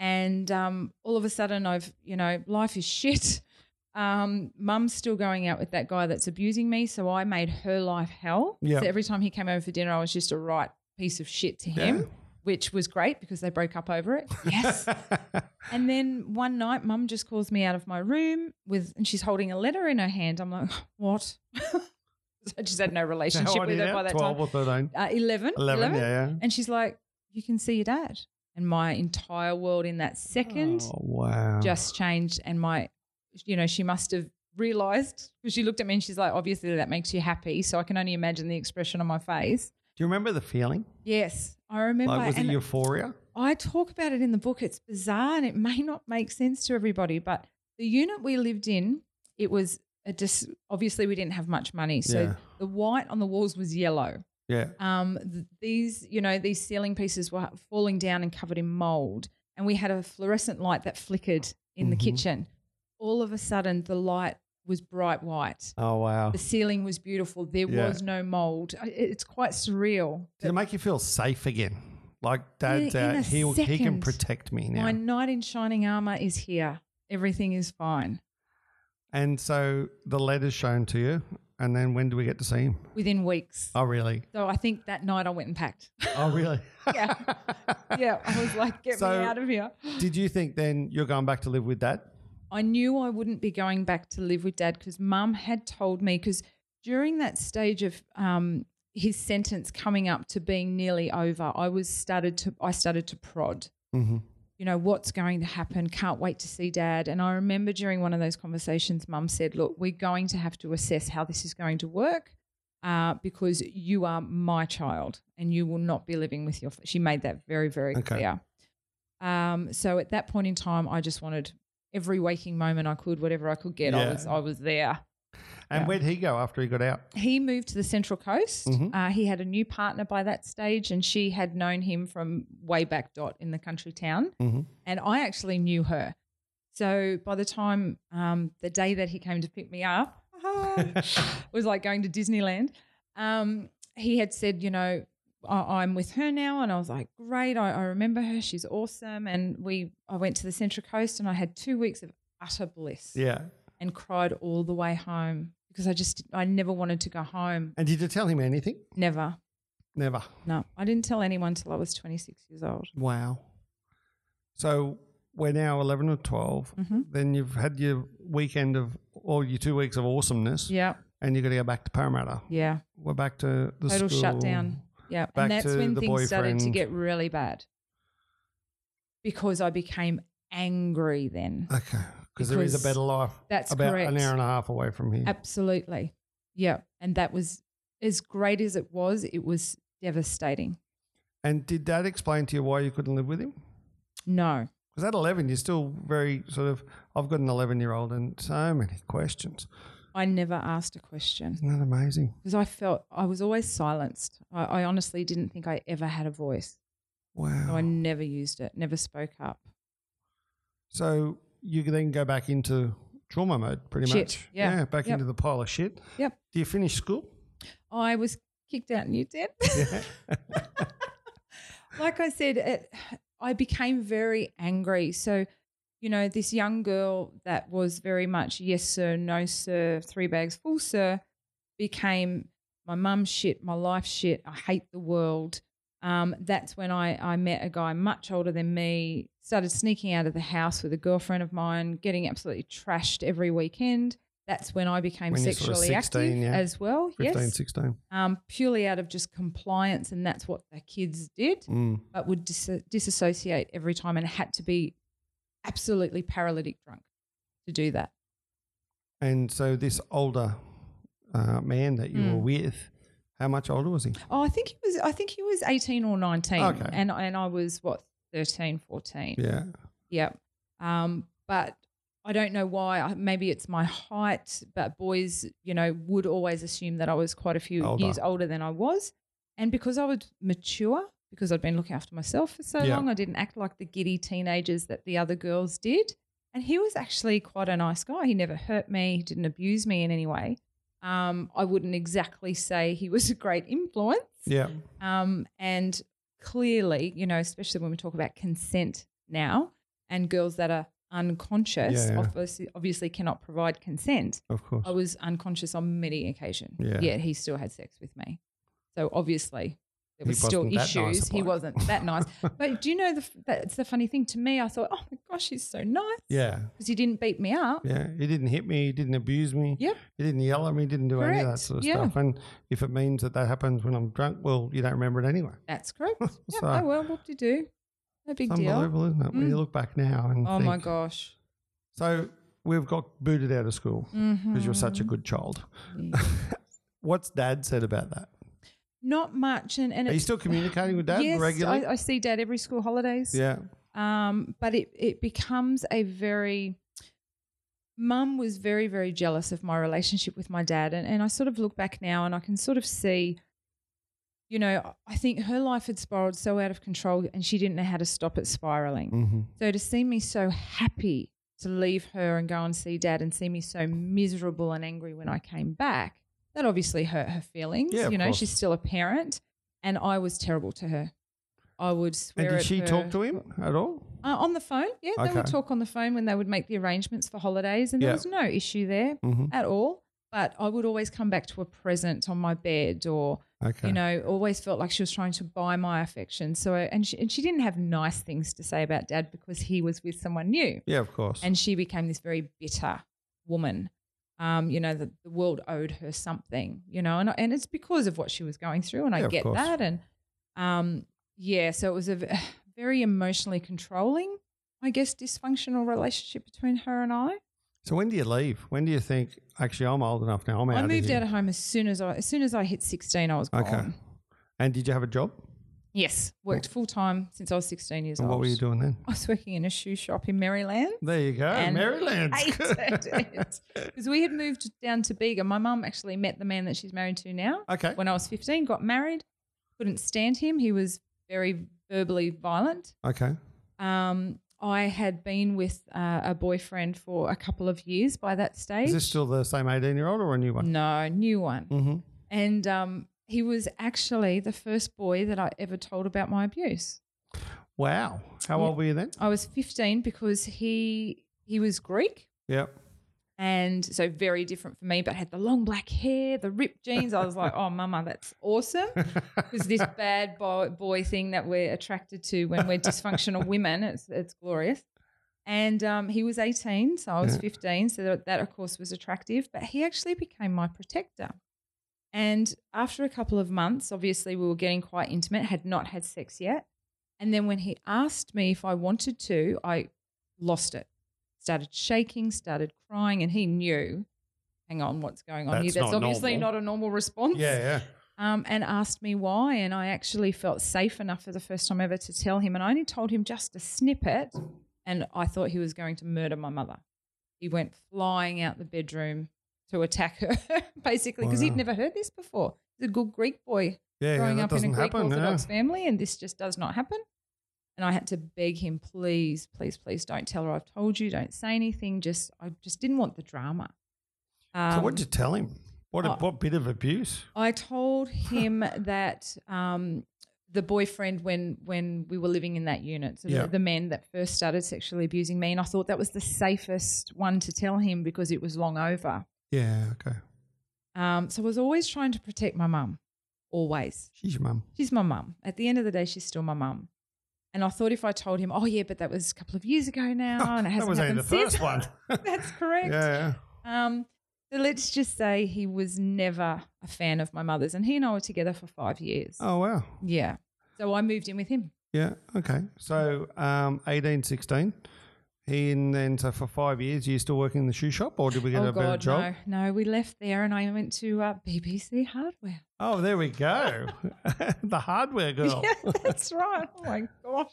S3: And um, all of a sudden, I've, you know, life is shit. Um, Mum's still going out with that guy that's abusing me, so I made her life hell.
S5: Yeah.
S3: So every time he came over for dinner, I was just a right piece of shit to him, which was great because they broke up over it. Yes. And then one night, mum just calls me out of my room with, and she's holding a letter in her hand. I'm like, what? so I just had no
S5: How
S3: relationship
S5: old are
S3: with
S5: you
S3: her
S5: now?
S3: by that
S5: 12
S3: time.
S5: or 13?
S3: Uh, 11,
S5: 11, yeah, yeah.
S3: And she's like, you can see your dad. And my entire world in that second
S5: Oh, wow.
S3: just changed. And my, you know, she must have realized because she looked at me and she's like, obviously that makes you happy. So I can only imagine the expression on my face.
S5: Do you remember the feeling?
S3: Yes, I remember.
S5: Like, was it
S3: And-
S5: euphoria?
S3: I talk about it in the book. It's bizarre and it may not make sense to everybody, but the unit we lived in, it was a dis- obviously we didn't have much money. So
S5: Yeah.
S3: the white on the walls was yellow.
S5: Yeah.
S3: Um, th- these, you know, these ceiling pieces were falling down and covered in mold. And we had a fluorescent light that flickered in the
S5: Mhm.
S3: kitchen. all of a sudden the light was bright white.
S5: Oh, wow.
S3: The ceiling was beautiful. There
S5: Yeah.
S3: was no mold. I- It's quite surreal.
S5: Did it make you feel safe again? Like
S3: In-
S5: that,
S3: in
S5: uh,
S3: a
S5: he he can
S3: second.
S5: protect me now.
S3: My knight in shining armor is here. Everything is fine.
S5: And so the letter's shown to you, and then when do we get to see him?
S3: Within weeks.
S5: Oh, really?
S3: So I think that night I went and packed.
S5: Oh, really?
S3: yeah. Yeah. I was like, get
S5: So-
S3: me out of here.
S5: Did you think then you're going back to live with that?
S3: I knew I wouldn't be going back to live with dad because mum had told me, because during that stage of um, his sentence coming up to being nearly over, I was started to, I started to prod.
S5: Mhm.
S3: You know, what's going to happen? Can't wait to see dad. And I remember during one of those conversations, mum said, Look, we're going to have to assess how this is going to work uh, because you are my child and you will not be living with your. F-. She made that very, very
S5: Okay.
S3: clear. Um, so at that point in time, I just wanted every waking moment I could, whatever I could get, I
S5: Yeah.
S3: was I was there.
S5: And
S3: Yeah.
S5: where'd he go after he got out?
S3: He moved to the Central Coast.
S5: Mhm.
S3: Uh, he had a new partner by that stage, and she had known him from way back dot in the country town,
S5: Mhm.
S3: and I actually knew her. So by the time um, the day that he came to pick me up was like going to Disneyland, um, he had said, you know, I- I'm with her now, and I was like, great, I, I remember her, she's awesome, and we I went to the Central Coast, and I had two weeks of utter bliss
S5: Yeah.
S3: and cried all the way home because I just I never wanted to go home.
S5: And did you tell him anything?
S3: Never.
S5: Never.
S3: No, I didn't tell anyone till I was 26 years old.
S5: Wow. So we're now 11 or 12.
S3: Mhm.
S5: Then you've had your weekend of, or your two weeks of awesomeness,
S3: Yeah,
S5: and you're going to go back to Parramatta.
S3: yeah.
S5: We're back to the
S3: Total
S5: school.
S3: shutdown. Yeah,
S5: Back
S3: and that's
S5: to
S3: when
S5: the
S3: things started to
S5: boyfriend.
S3: get really bad because I became angry then.
S5: Okay. Because there is a
S3: Because
S5: better life
S3: that's
S5: about
S3: correct.
S5: an hour and a half away from here.
S3: Absolutely. Yeah, and that was as great as it was. It was devastating.
S5: And did dad explain to you why you couldn't live with him?
S3: No.
S5: Because at 11, you're still very sort of, I've got an 11 year old and so many questions.
S3: I never asked a question
S5: Isn't that amazing?
S3: because I felt I was always silenced. I, I honestly didn't think I ever had a voice. So Oh, I
S5: Wow.
S3: never used it, never spoke up.
S5: So you can then go back into trauma mode pretty
S3: Shit,
S5: much.
S3: yeah.
S5: Back
S3: Yep.
S5: into the pile of shit.
S3: Yep.
S5: Do you finish school?
S3: I was kicked out in year 10.
S5: Yeah.
S3: like I said, it, I became very angry. So, you know, this young girl that was very much yes, sir, no, sir, three bags full, sir, became my mum's shit, my life shit. I hate the world. Um, that's when I, I met a guy much older than me, started sneaking out of the house with a girlfriend of mine, getting absolutely trashed every weekend. That's when I became
S5: When you're sort of
S3: sexually
S5: 16,
S3: active
S5: yeah.
S3: as well.
S5: 15,
S3: yes
S5: 16.
S3: um, purely out of just compliance, and that's what the kids did,
S5: Mm.
S3: but would dis- disassociate every time and had to be absolutely paralytic drunk to do that.
S5: And so this older uh, man that you were
S3: Mm.
S5: with, how much older was he?
S3: Oh, I think he was. I think he was eighteen or nineteen,
S5: Okay.
S3: and and I was what 13, 14.
S5: Yeah.
S3: Yep. Um, but I don't know why. I- Maybe it's my height, but boys, you know, would always assume that I was quite a few
S5: Older.
S3: years older than I was. And because I was mature, because I'd been looking after myself for so
S5: Yeah.
S3: long, I didn't act like the giddy teenagers that the other girls did. And he was actually quite a nice guy. He never hurt me, he didn't abuse me in any way. Um, I wouldn't exactly say he was a great influence.
S5: Yeah.
S3: Um, and clearly, you know, especially when we talk about consent now and girls that are unconscious
S5: Yeah, yeah.
S3: Obviously, obviously cannot provide consent.
S5: Of course.
S3: I was unconscious on many occasions,
S5: Yeah.
S3: yet he still had sex with me. So obviously, there
S5: He
S3: was still
S5: wasn't that nice
S3: issues.
S5: a
S3: he
S5: bloke.
S3: wasn't that nice. but do you know, the, f- that's the funny thing to me. I thought, oh my gosh, he's so nice
S5: Yeah.
S3: because he didn't beat me up.
S5: Yeah. He didn't hit me. He didn't abuse me.
S3: Yep.
S5: He didn't yell at me. He didn't do any of that
S3: Correct,
S5: sort of
S3: yeah.
S5: stuff. And if it means that that happens when I'm drunk, well, you don't remember it anyway.
S3: That's correct. Yep.
S5: So-
S3: oh, well, whoop de doo. No big
S5: It's
S3: deal.
S5: unbelievable, isn't it? When you
S3: Mm.
S5: look back now and
S3: Oh my
S5: think-
S3: gosh.
S5: So we've got booted out of school because you're such a
S3: Mm-hmm.
S5: good child.
S3: Mhm.
S5: What's Dad said about that?
S3: Not much, and and
S5: Are you
S3: it's-
S5: still communicating with Dad
S3: yes,
S5: regularly?
S3: I, I see Dad every school holidays.
S5: yeah,
S3: Um, but it it becomes a very. Mum was very very jealous of my relationship with my dad, and and I sort of look back now and I can sort of see. You know, I think her life had spiraled so out of control, and she didn't know how to stop it spiraling.
S5: mm-hmm.
S3: So to see me so happy to leave her and go and see dad and see me so miserable and angry when I came back, that obviously hurt her feelings.
S5: Yeah, of
S3: you know,
S5: course.
S3: she's still a parent, and I was terrible to her. I would swear.
S5: And did
S3: at
S5: she
S3: her.
S5: talk to him at all?
S3: Uh, on the phone, yeah, they would
S5: Okay.
S3: talk on the phone when they would make the arrangements for holidays, and
S5: Yeah.
S3: there was no issue there
S5: Mhm.
S3: at all. But I would always come back to a present on my bed, or
S5: Okay.
S3: you know, always felt like she was trying to buy my affection. So, and she, and she didn't have nice things to say about dad because he was with someone new,
S5: yeah, of course.
S3: and she became this very bitter woman. Um, you know, the, the world owed her something, you know, and and it's because of what she was going through, and
S5: Yeah,
S3: I
S5: of
S3: get
S5: course.
S3: that, and um, yeah, so it was a v- very emotionally controlling, I guess, dysfunctional relationship between her and I.
S5: so when do you leave? When do you think, actually, I'm old enough now. I'm out
S3: I
S5: of
S3: moved
S5: here.
S3: out of home as soon as I as soon as I hit sixteen, I was gone.
S5: Okay. And did you have a job?
S3: Yes, worked full time since I was sixteen years
S5: And
S3: old.
S5: what were you doing then?
S3: I was working in a shoe shop in Maryland.
S5: There you go.
S3: And
S5: Maryland.
S3: hated it because we had moved down to Bega. My mum actually met the man that she's married to now.
S5: okay.
S3: When I was fifteen, got married, couldn't stand him. He was very verbally violent.
S5: Okay.
S3: Um, I had been with uh, a boyfriend for a couple of years by that stage.
S5: Is this still the same 18 year old or a new one?
S3: no, new one.
S5: Mm-hmm.
S3: And um, he was actually the first boy that I ever told about my abuse.
S5: Wow. How
S3: Yeah.
S5: old were you then?
S3: I was 15 because he he was Greek
S5: Yep.
S3: and so very different for me, but had the long black hair, the ripped jeans. I was like, oh, mama, that's awesome. Because this bad boy, boy thing that we're attracted to when we're dysfunctional women, it's, it's glorious. And um, he was 18, so I was
S5: Yeah.
S3: 15. So that, that, of course, was attractive. But he actually became my protector. And after a couple of months, obviously, we were getting quite intimate, had not had sex yet. And then when he asked me if I wanted to, I lost it. Started shaking, started crying, and he knew, hang on, what's going on
S5: That's
S3: here? That's
S5: not
S3: obviously
S5: normal.
S3: not a normal response.
S5: Yeah,
S3: Um, and asked me why. And I actually felt safe enough for the first time ever to tell him. And I only told him just a snippet. And I thought he was going to murder my mother. He went flying out the bedroom to attack her, basically, because
S5: Wow.
S3: he'd never heard this before. He's a good Greek boy
S5: yeah. Yeah,
S3: growing
S5: that
S3: up in a
S5: doesn't
S3: Greek
S5: happen.
S3: Orthodox
S5: yeah.
S3: family, and this just does not happen. And I had to beg him, please, please, please, don't tell her I've told you. Don't say anything. Just, I just didn't want the drama.
S5: so
S3: Um,
S5: what did you tell him? What, a
S3: oh.
S5: what bit of abuse?
S3: I told him that um, the boyfriend, when when we were living in that unit, so
S5: Yeah.
S3: the, the man that first started sexually abusing me, and I thought that was the safest one to tell him because it was long over.
S5: Yeah, okay.
S3: Um, so I was always trying to protect my mum, always.
S5: She's your mum.
S3: She's my mum. At the end of the day, she's still my mum. And I thought if I told him, oh yeah, but that was a couple of years ago now, and it
S5: that
S3: hasn't
S5: was only
S3: happened
S5: the first
S3: since.
S5: one.
S3: That's
S5: yeah,
S3: correct.
S5: yeah.
S3: Um, so let's just say he was never a fan of my mother's, and he and I were together for five years.
S5: Oh, wow.
S3: Yeah. So I moved in with him.
S5: Yeah, okay. So um, 18, 16. He and then, so for five years, you still working in the shoe shop or did we get
S3: oh
S5: a better
S3: God,
S5: job?
S3: no, no. We left there, and I went to uh, BBC Hardware.
S5: Oh, there we go. the hardware girl.
S3: Yeah, that's right. Oh my gosh.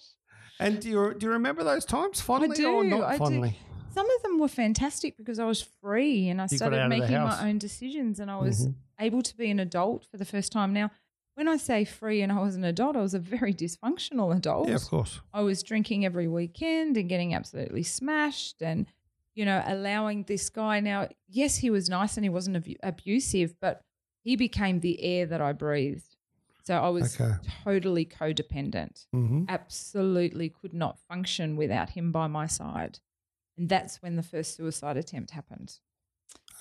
S5: And do you, do you remember those times fondly or
S3: do,
S5: not
S3: I do.
S5: fondly?
S3: Some of them were fantastic because I was free and I
S5: got
S3: started
S5: out of the
S3: making
S5: house. Mm-hmm.
S3: my own decisions and I was able to be an adult for the first time. Now, when I say free and I was an adult, I was a very dysfunctional adult.
S5: Yeah, of course.
S3: I was drinking every weekend and getting absolutely smashed and, you know, allowing this guy. Now, yes, he was nice and he wasn't abu- abusive, but he became the air that I breathed. So I was
S5: Okay.
S3: totally codependent
S5: hmm
S3: absolutely could not function without him by my side. And that's when the first suicide attempt happened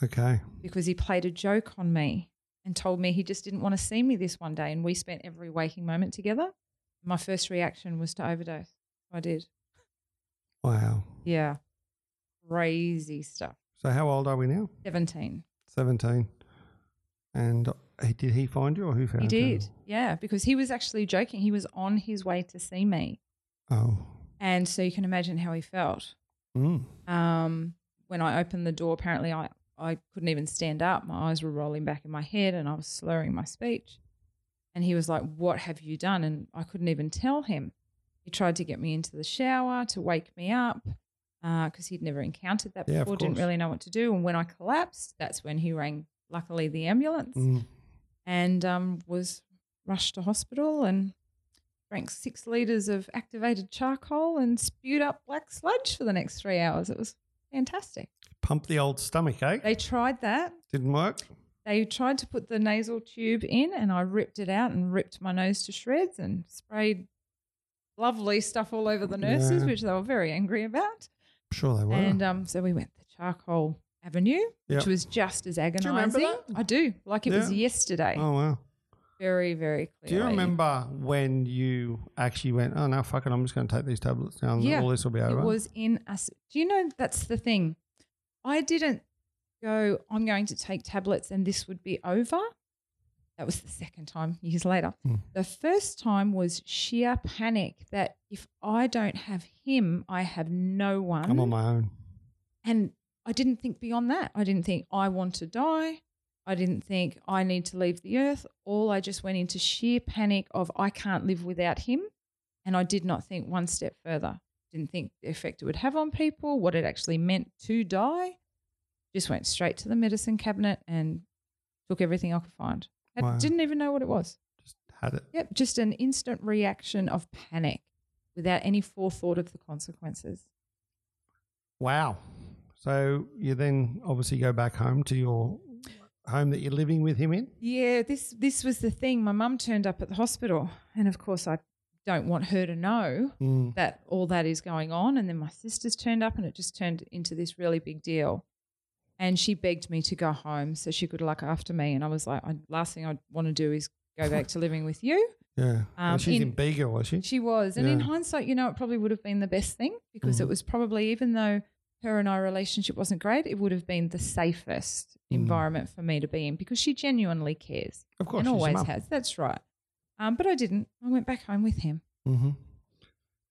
S5: Okay.
S3: because he played a joke on me and told me he just didn't want to see me this one day. And we spent every waking moment together. My first reaction was to overdose. I did.
S5: Wow.
S3: Yeah. Crazy stuff.
S5: So how old are we now?
S3: 17.
S5: 17. And he, did he find you or who found
S3: He
S5: you?
S3: did. Yeah. Because he was actually joking. He was on his way to see me.
S5: Oh.
S3: And so you can imagine how he felt.
S5: Mm.
S3: Um, when I opened the door, apparently I, I couldn't even stand up. My eyes were rolling back in my head and I was slurring my speech. And he was like, What have you done? And I couldn't even tell him. He tried to get me into the shower to wake me up because he'd never encountered that
S5: Yeah, of
S3: before, didn't
S5: course.
S3: really know what to do. And when I collapsed, that's when he rang, luckily, the ambulance
S5: Mm.
S3: and um, was rushed to hospital and drank six litres of activated charcoal and spewed up black sludge for the next three hours. It was Fantastic.
S5: Pump the old stomach, eh?
S3: They tried that.
S5: Didn't work.
S3: They tried to put the nasal tube in, and I ripped it out and ripped my nose to shreds and sprayed lovely stuff all over the nurses,
S5: Yeah.
S3: which they were very angry about.
S5: I'm sure they were.
S3: And um, so we went the charcoal avenue,
S5: Yep.
S3: which was just as agonizing.
S5: you remember that?
S3: I do. Like it was
S5: Yeah.
S3: yesterday.
S5: oh, wow.
S3: Very, very clearly.
S5: Do you remember when you actually went, oh, no, fuck it, I'm just going to take these tablets now and
S3: Yeah,
S5: Um, all this will be
S3: It
S5: over?
S3: was in us. Do you know that's the thing? I didn't go, I'm going to take tablets and this would be over. That was the second time years later.
S5: Hmm.
S3: The first time was sheer panic that if I don't have him, I have no one.
S5: I'm on my own.
S3: and I didn't think beyond that. I didn't think I want to die. I didn't think I need to leave the earth. All I just went into sheer panic of I can't live without him. And I did not think one step further. Didn't think the effect it would have on people, what it actually meant to die. Just went straight to the medicine cabinet and took everything I could find. I
S5: Wow.
S3: didn't even know what it was.
S5: Just had it.
S3: Yep, just an instant reaction of panic without any forethought of the consequences.
S5: Wow. So you then obviously go back home to your home that you're living with him in?
S3: Yeah, this this was the thing. My mum turned up at the hospital, and of course, I don't want her to know
S5: Mm.
S3: that all that is going on. And then my sisters turned up, and it just turned into this really big deal. And she begged me to go home so she could look after me. And I was like, I, last thing I want to do is go back to living with you.
S5: Yeah. Well,
S3: Um,
S5: she's in,
S3: in-
S5: Bega, was she?
S3: She was. And in
S5: Yeah.
S3: hindsight, you know, it probably would have been the best thing because it
S5: Mhm.
S3: was probably, even though her and I relationship wasn't great, it would have been the safest
S5: Mm.
S3: environment for me to be in because she genuinely cares
S5: Of course.
S3: and
S5: she's your
S3: always
S5: mum.
S3: has. That's right. Um, but I didn't. I went back home with him
S5: Mm-hmm.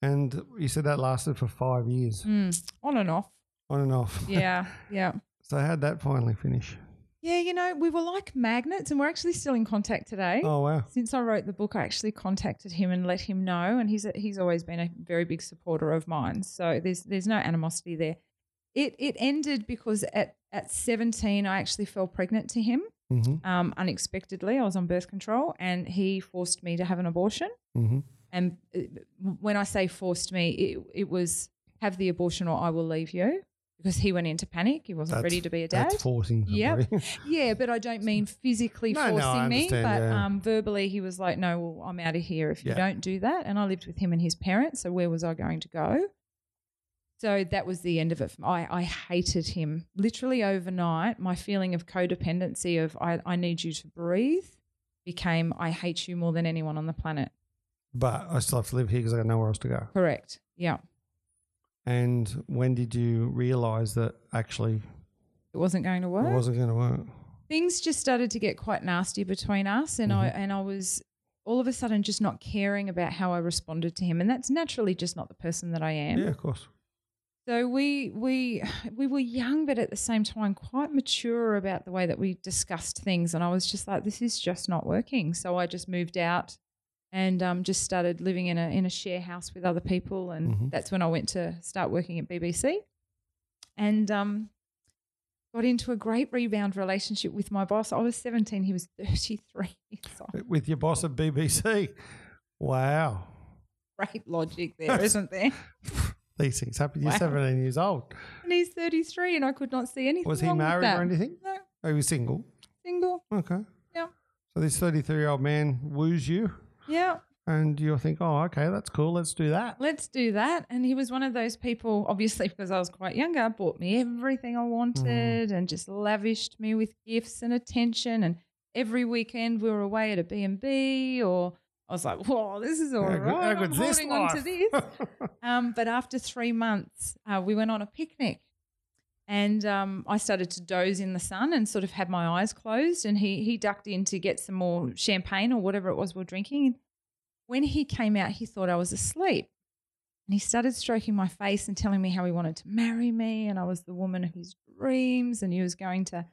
S5: And you said that lasted for five years,
S3: on and off.
S5: on and off.
S3: Mm. Yeah, yeah,
S5: so how'd that finally finish?
S3: yeah. You know, we were like magnets, and we're actually still in contact today.
S5: Oh wow.
S3: Since I wrote the book, I actually contacted him and let him know, and he's he's always been a very big supporter of mine. So there's there's no animosity there. It it ended because at at 17, I actually fell pregnant to him
S5: Mm-hmm.
S3: um, unexpectedly. I was on birth control, and he forced me to have an abortion.
S5: Mm-hmm.
S3: and uh, when I say forced me, it, it was have the abortion or I will leave you because he went into panic. He wasn't ready to be a dad.
S5: That's forcing.
S3: Yep.
S5: somebody.
S3: Yeah, but I don't mean physically
S5: No, no, I
S3: forcing me, but
S5: understand, yeah.
S3: um, verbally he was like, "No, well, I'm out of here if
S5: Yeah.
S3: you don't do that." And I lived with him and his parents, so where was I going to go? So that was the end of it. for- I I hated him literally overnight. My feeling of codependency of I, I need you to breathe became I hate you more than anyone on the planet.
S5: but I still have to live here because I got nowhere else to go.
S3: Correct. Yeah.
S5: And when did you realise that actually
S3: It wasn't going to work.
S5: it wasn't going to work?
S3: things just started to get quite nasty between us and I and I was all of a sudden just not caring about how I responded to him and that's naturally just not the person that I am.
S5: Yeah, of course.
S3: So we we we were young but at the same time quite mature about the way that we discussed things and I was just like this is just not working. So I just moved out and um, just started living in a in a share house with other people and
S5: Mhm.
S3: that's when I went to start working at BBC. And um got into a great rebound relationship with my boss. I was 17, he was 33. So
S5: With your boss at BBC. Wow.
S3: great logic there, isn't there?
S5: These things happen. You're
S3: Wow.
S5: 17 years old.
S3: And he's 33 and I could not see anything
S5: Was he
S3: wrong with
S5: married
S3: that.
S5: or anything?
S3: No,
S5: Oh, he was single.
S3: single.
S5: Okay.
S3: Yeah.
S5: So this 33 year old man woos you,
S3: Yeah.
S5: and you'll think, oh, okay, that's cool. Let's do that.
S3: let's do that. And he was one of those people, obviously, because I was quite younger, bought me everything I wanted and just lavished me with gifts and attention. And every weekend we were away at a B&B or I was like, whoa, this is all
S5: How
S3: right.
S5: good- how
S3: I'm
S5: good's this
S3: holding on to
S5: life?"
S3: this. Um, but after three months, uh, we went on a picnic and um, I started to doze in the sun and sort of had my eyes closed. And he, he ducked in to get some more champagne or whatever it was we were drinking. When he came out, he thought I was asleep. And he started stroking my face and telling me how he wanted to marry me. And I was the woman of his dreams. And he was going to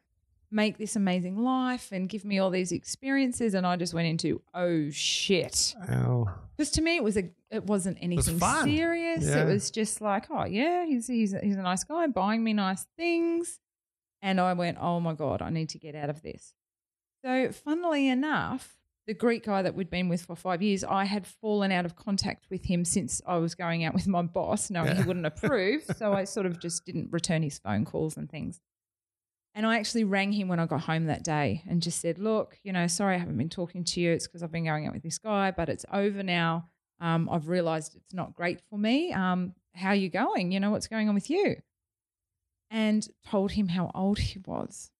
S3: make this amazing life and give me all these experiences. And I just went into, oh shit.
S5: Ow.
S3: Because to me, it was a, it wasn't anything
S5: fun.
S3: serious.
S5: Yeah.
S3: It was just like, oh yeah, he's he's he's a nice guy, buying me nice things, and I went, oh my god, I need to get out of this. So, funnily enough, the Greek guy that we'd been with for five years, I had fallen out of contact with him since I was going out with my boss, knowing he wouldn't approve. So I sort of just didn't return his phone calls and things. And I actually rang him when I got home that day and just said, Look, you know, sorry I haven't been talking to you. It's because I've been going out with this guy, but it's over now. Um, I've realized it's not great for me. Um, how are you going? You know, what's going on with you? And told him how old he was.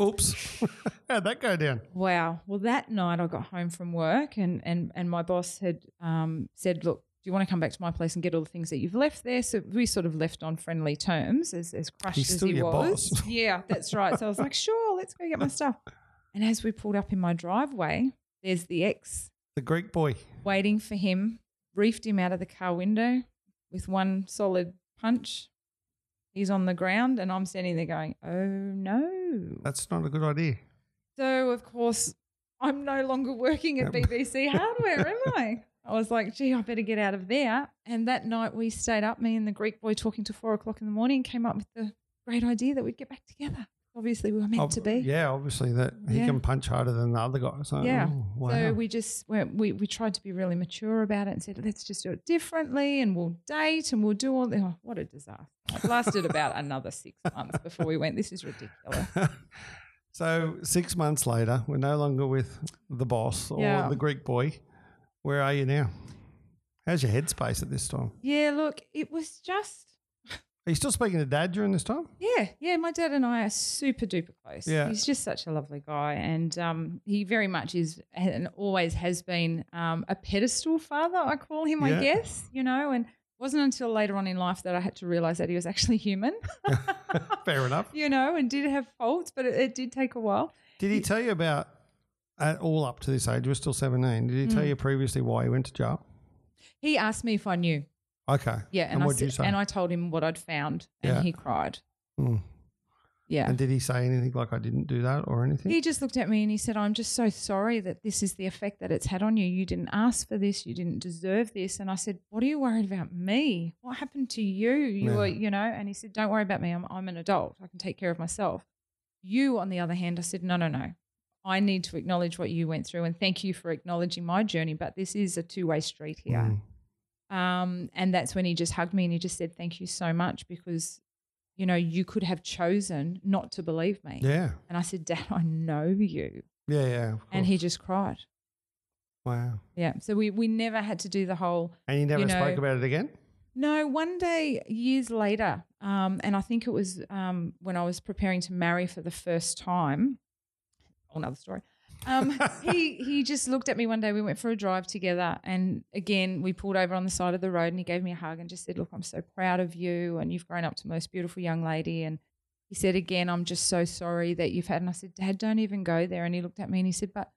S4: Oops.
S5: How'd that go down?
S3: Wow. Well, that night I got home from work and and and my boss had um, said, "Look, do you want to come back to my place and get all the things that you've left there?" So we sort of left on friendly terms, as as crushed
S4: He's
S3: as
S4: still
S3: he
S4: your
S3: was.
S4: boss.
S3: Yeah, that's right. So I was like, "Sure, let's go get my stuff." And as we pulled up in my driveway, there's the ex
S4: The Greek boy.
S3: waiting for him. Reefed him out of the car window with one solid punch. He's on the ground, and I'm standing there going, "Oh no!"
S5: That's not a good idea.
S3: So of course, I'm no longer working at BBC Hardware, am I? I was like, gee, I better get out of there. And that night we stayed up, me and the Greek boy talking till four o'clock in the morning, came up with the great idea that we'd get back together. Obviously, we were meant
S5: Ob-
S3: to be.
S5: Yeah, obviously that he
S3: Yeah.
S5: can punch harder than the other guy. So,
S3: Yeah.
S5: oh, wow.
S3: So we just went, we we tried to be really mature about it and said, let's just do it differently, and we'll date and we'll do all. The, oh, what a disaster! It lasted about another six months before we went. This is ridiculous.
S5: so six months later, we're no longer with the boss or
S3: Yeah.
S5: the Greek boy. Where are you now? How's your headspace at this time?
S3: Yeah, look, it was just
S5: Are you still speaking to dad during this time?
S3: Yeah, yeah. My dad and I are super duper close.
S5: Yeah.
S3: he's just such a lovely guy, and um, he very much is and always has been um, a pedestal father. I call him,
S5: Yeah.
S3: I guess. You know, and it wasn't until later on in life that I had to realize that he was actually human.
S5: Fair enough.
S3: you know, and did have faults, but it, it did take a while.
S5: Did he tell you about at all up to this age? We're still 17. Did he
S3: Mm.
S5: tell you previously why he went to jail?
S3: He asked me if I knew.
S5: Okay.
S3: Yeah, and,
S5: And
S3: I
S5: what'd
S3: said-
S5: you say?
S3: and I told him what I'd found, and
S5: Yeah.
S3: he cried.
S5: Mm.
S3: Yeah.
S5: And did he say anything like I didn't do that or anything?
S3: He just looked at me and he said, I'm just so sorry that this is the effect that it's had on you. You didn't ask for this. You didn't deserve this. And I said, What are you worried about me? What happened to you? You
S5: Yeah.
S3: were, you know, and he said, Don't worry about me. I'm, I'm an adult. I can take care of myself. You, on the other hand, I said, No, no, no. I need to acknowledge what you went through and thank you for acknowledging my journey. But this is a two way street here.
S5: Mm.
S3: Um, and that's when he just hugged me and he just said, Thank you so much because, you know, you could have chosen not to believe me.
S5: Yeah.
S3: And I said, Dad, I know you.
S5: Yeah. Yeah. of
S3: And
S5: course.
S3: he just cried.
S5: Wow.
S3: Yeah. So we, we never had to do the whole.
S5: And you never
S3: you know-
S5: spoke about it again?
S3: No, one day, years later, um, and I think it was um, when I was preparing to marry for the first time, whole nother story. Um, he, he just looked at me one day. We went for a drive together. And again, we pulled over on the side of the road and he gave me a hug and just said, Look, I'm so proud of you. And you've grown up to the most beautiful young lady. And he said, Again, I'm just so sorry that you've had. And I said, Dad, don't even go there. And he looked at me and he said, But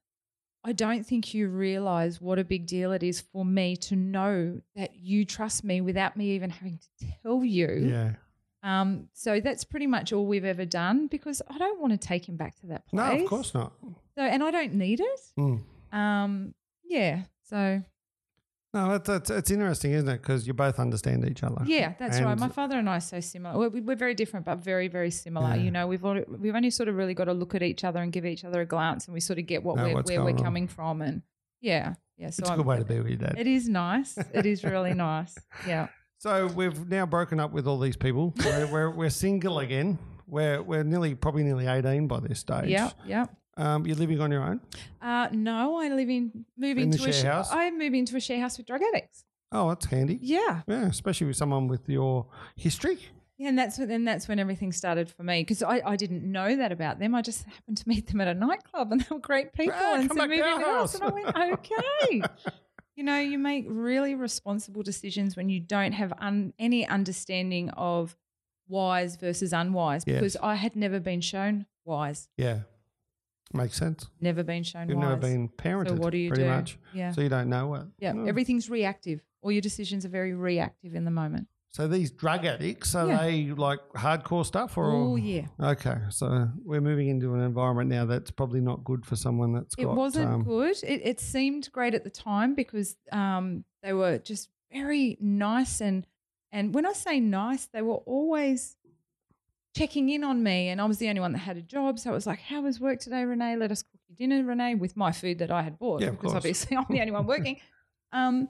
S3: I don't think you realize what a big deal it is for me to know that you trust me without me even having to tell you.
S5: Yeah.
S3: Um, so that's pretty much all we've ever done because I don't want to take him back to that place.
S5: No, of course not.
S3: So, and I don't need it.
S5: Mm.
S3: Um, yeah. So,
S5: No, that's, that's, it's interesting, isn't it? Because you both understand each other.
S3: yeah, that's right.
S5: And-
S3: My father and I are so similar. We're, we're very different, but very, very similar.
S5: Yeah.
S3: You know, we've al- we've only sort of really got to look at each other and give each other a glance, and we sort of get what
S5: Know
S3: we're,
S5: what's
S3: where we're
S5: going on.
S3: coming from, and yeah, yeah. So
S5: It's a good way to be with your dad.
S3: It is nice. It is really nice. Yeah.
S5: So we've now broken up with all these people. We're, we're, we're single again. We're, we're nearly, probably nearly 18 by this stage.
S3: Yeah. Yeah.
S5: Um, you're living on your own?
S3: Uh, no, I live in moving
S5: In the
S3: to a
S5: share
S3: sh-
S5: house?
S3: I move into a share house with drug addicts.
S5: Oh, that's handy.
S3: Yeah.
S5: Yeah, especially with someone with your history.
S3: Yeah, and that's when and that's when everything started for me because I, I didn't know that about them. I just happened to meet them at a nightclub and they were great people
S5: Ah,
S3: and
S5: come
S3: so
S5: back to
S3: moving
S5: our
S3: house
S5: house.
S3: and I went okay. you know, you make really responsible decisions when you don't have un, any understanding of wise versus unwise
S5: Yes.
S3: because I had never been shown wise,
S5: Yeah, makes sense.
S3: never been shown
S5: You've
S3: wise.
S5: never been parented,
S3: so what do you
S5: pretty
S3: do?
S5: much.
S3: Yeah,
S5: So you don't know what.
S3: yeah.
S5: Oh.
S3: Everything's reactive. All your decisions are very reactive in the moment.
S5: So these drug addicts are
S3: Yeah.
S5: they like hardcore stuff or?
S3: Oh yeah.
S5: Okay, so we're moving into an environment now that's probably not good for someone that's
S3: It
S5: got.
S3: wasn't
S5: um,
S3: good. It, it seemed great at the time because um, they were just very nice and and when I say nice, they were always checking in on me. And I was the only one that had a job. So it was like, How was work today, Renee? Let us cook you dinner, Renee, with my food that I had bought.
S5: Yeah, of
S3: because
S5: course.
S3: obviously I'm the only one working. Um,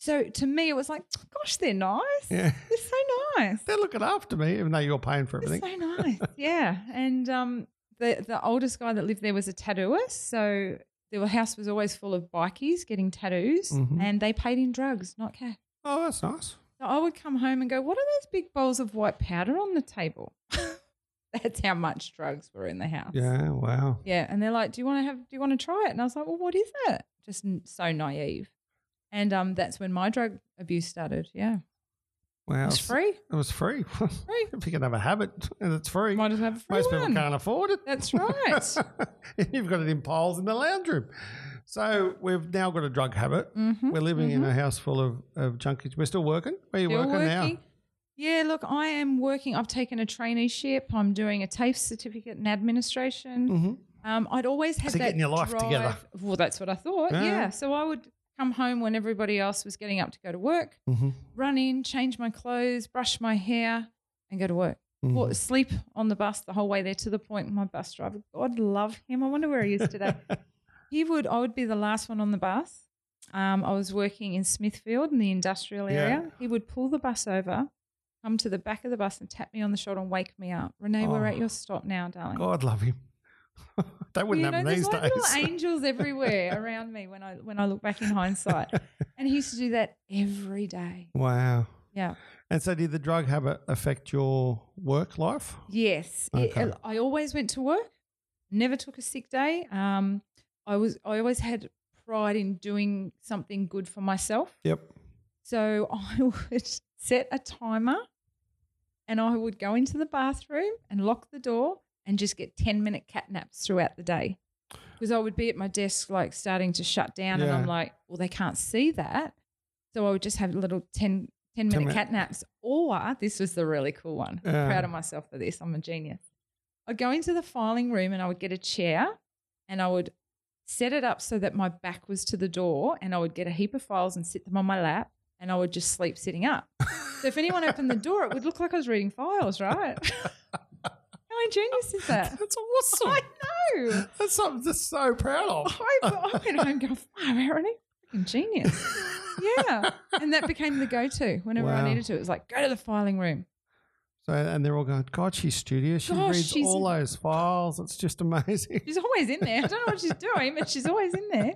S3: so to me, it was like, Gosh, they're nice.
S5: Yeah.
S3: They're so nice.
S5: They're looking after me, even though you're paying for everything.
S3: It's so nice. yeah. And um, the, the oldest guy that lived there was a tattooist. So the house was always full of bikies getting tattoos
S5: Mhm.
S3: and they paid in drugs, not cash.
S5: Oh, that's nice.
S3: So I would come home and go, What are those big bowls of white powder on the table? That's how much drugs were in the house.
S5: Yeah, wow.
S3: Yeah, and they're like, "Do you want to have? Do you want to try it?" And I was like, "Well, what is it?" Just n- so naive, and um, that's when my drug abuse started. Yeah,
S5: Wow.
S3: it's free.
S5: It was free. if you can have a habit and it's free.
S3: Might as well have a free
S5: Most people
S3: one.
S5: can't afford it.
S3: That's right.
S5: And You've got it in piles in the lounge room. So we've now got a drug habit.
S3: Mhm,
S5: We're living in
S3: mhm.
S5: a house full of, of junkies. We're still working. Where are you
S3: Still
S5: working, now?
S3: Yeah, look, I am working. I've taken a traineeship. I'm doing a TAFE certificate in administration.
S5: Mhm.
S3: Um, I'd always had
S5: So
S3: that
S5: getting your life
S3: drive.
S5: together.
S3: Well, that's what I thought.
S5: Yeah.
S3: Yeah. So I would come home when everybody else was getting up to go to work,
S5: Mhm.
S3: run in, change my clothes, brush my hair, and go to work.
S5: Mm-hmm.
S3: Well, sleep on the bus the whole way there to the point my bus driver, God love him. I wonder where he is today. he would, I would be the last one on the bus. Um, I was working in Smithfield in the industrial area.
S5: Yeah.
S3: He would pull the bus over, come to the back of the bus and tap me on the shoulder and wake me up. Renee, we're
S5: Oh.
S3: at your stop now, darling.
S5: God love him. that wouldn't
S3: You know,
S5: happen
S3: there's
S5: these
S3: like
S5: days.
S3: little angels everywhere around me when I when I look back in hindsight. And he used to do that every day.
S5: Wow.
S3: Yeah.
S5: And so did the drug habit affect your work life?
S3: Yes, It-
S5: Okay.
S3: I always went to work. Never took a sick day. Um, I was I always had pride in doing something good for myself.
S5: Yep.
S3: So I would set a timer, and I would go into the bathroom and lock the door and just get ten minute cat naps throughout the day. Because I would be at my desk, like starting to shut down, and
S5: Yeah.
S3: I'm like, well, they can't see that. So I would just have little 10, 10 minute
S5: minute.
S3: cat naps. Or this was the really cool one. I'm
S5: Yeah.
S3: proud of myself for this. I'm a genius. I'd go into the filing room and I would get a chair and I would set it up so that my back was to the door and I would get a heap of files and sit them on my lap and I would just sleep sitting up. So if anyone opened the door, it would look like I was reading files, right? How ingenious is that?
S5: That's awesome.
S3: I know.
S5: That's something that's so proud of.
S3: I, I went home and go, wow, Aaron, freaking genius. Yeah. And that became the go to whenever
S5: Wow.
S3: I needed to. It was like, go to the filing room.
S5: So, and they're all going, God, she's studious. She
S3: Gosh,
S5: reads
S3: she's-
S5: all those files. It's just amazing.
S3: She's always in there. I don't know what she's doing, but she's always in there.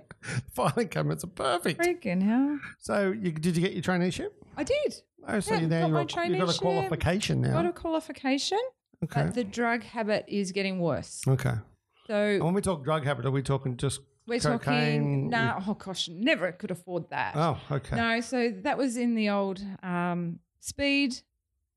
S5: Filing cabinets are perfect.
S3: Freaking hell.
S5: So, you, did you get your traineeship?
S3: I did.
S5: Oh, so
S3: Yeah,
S5: you now
S3: got my
S5: you're, you've got a
S3: traineeship,
S5: qualification now.
S3: Got a qualification,
S5: okay.
S3: but the drug habit is getting worse.
S5: okay. And
S3: So
S5: when we talk drug habit, are we talking just
S3: we're talking,
S5: cocaine?
S3: no, oh gosh, never could afford that.
S5: Oh, okay.
S3: No, so that was in the old um, speed,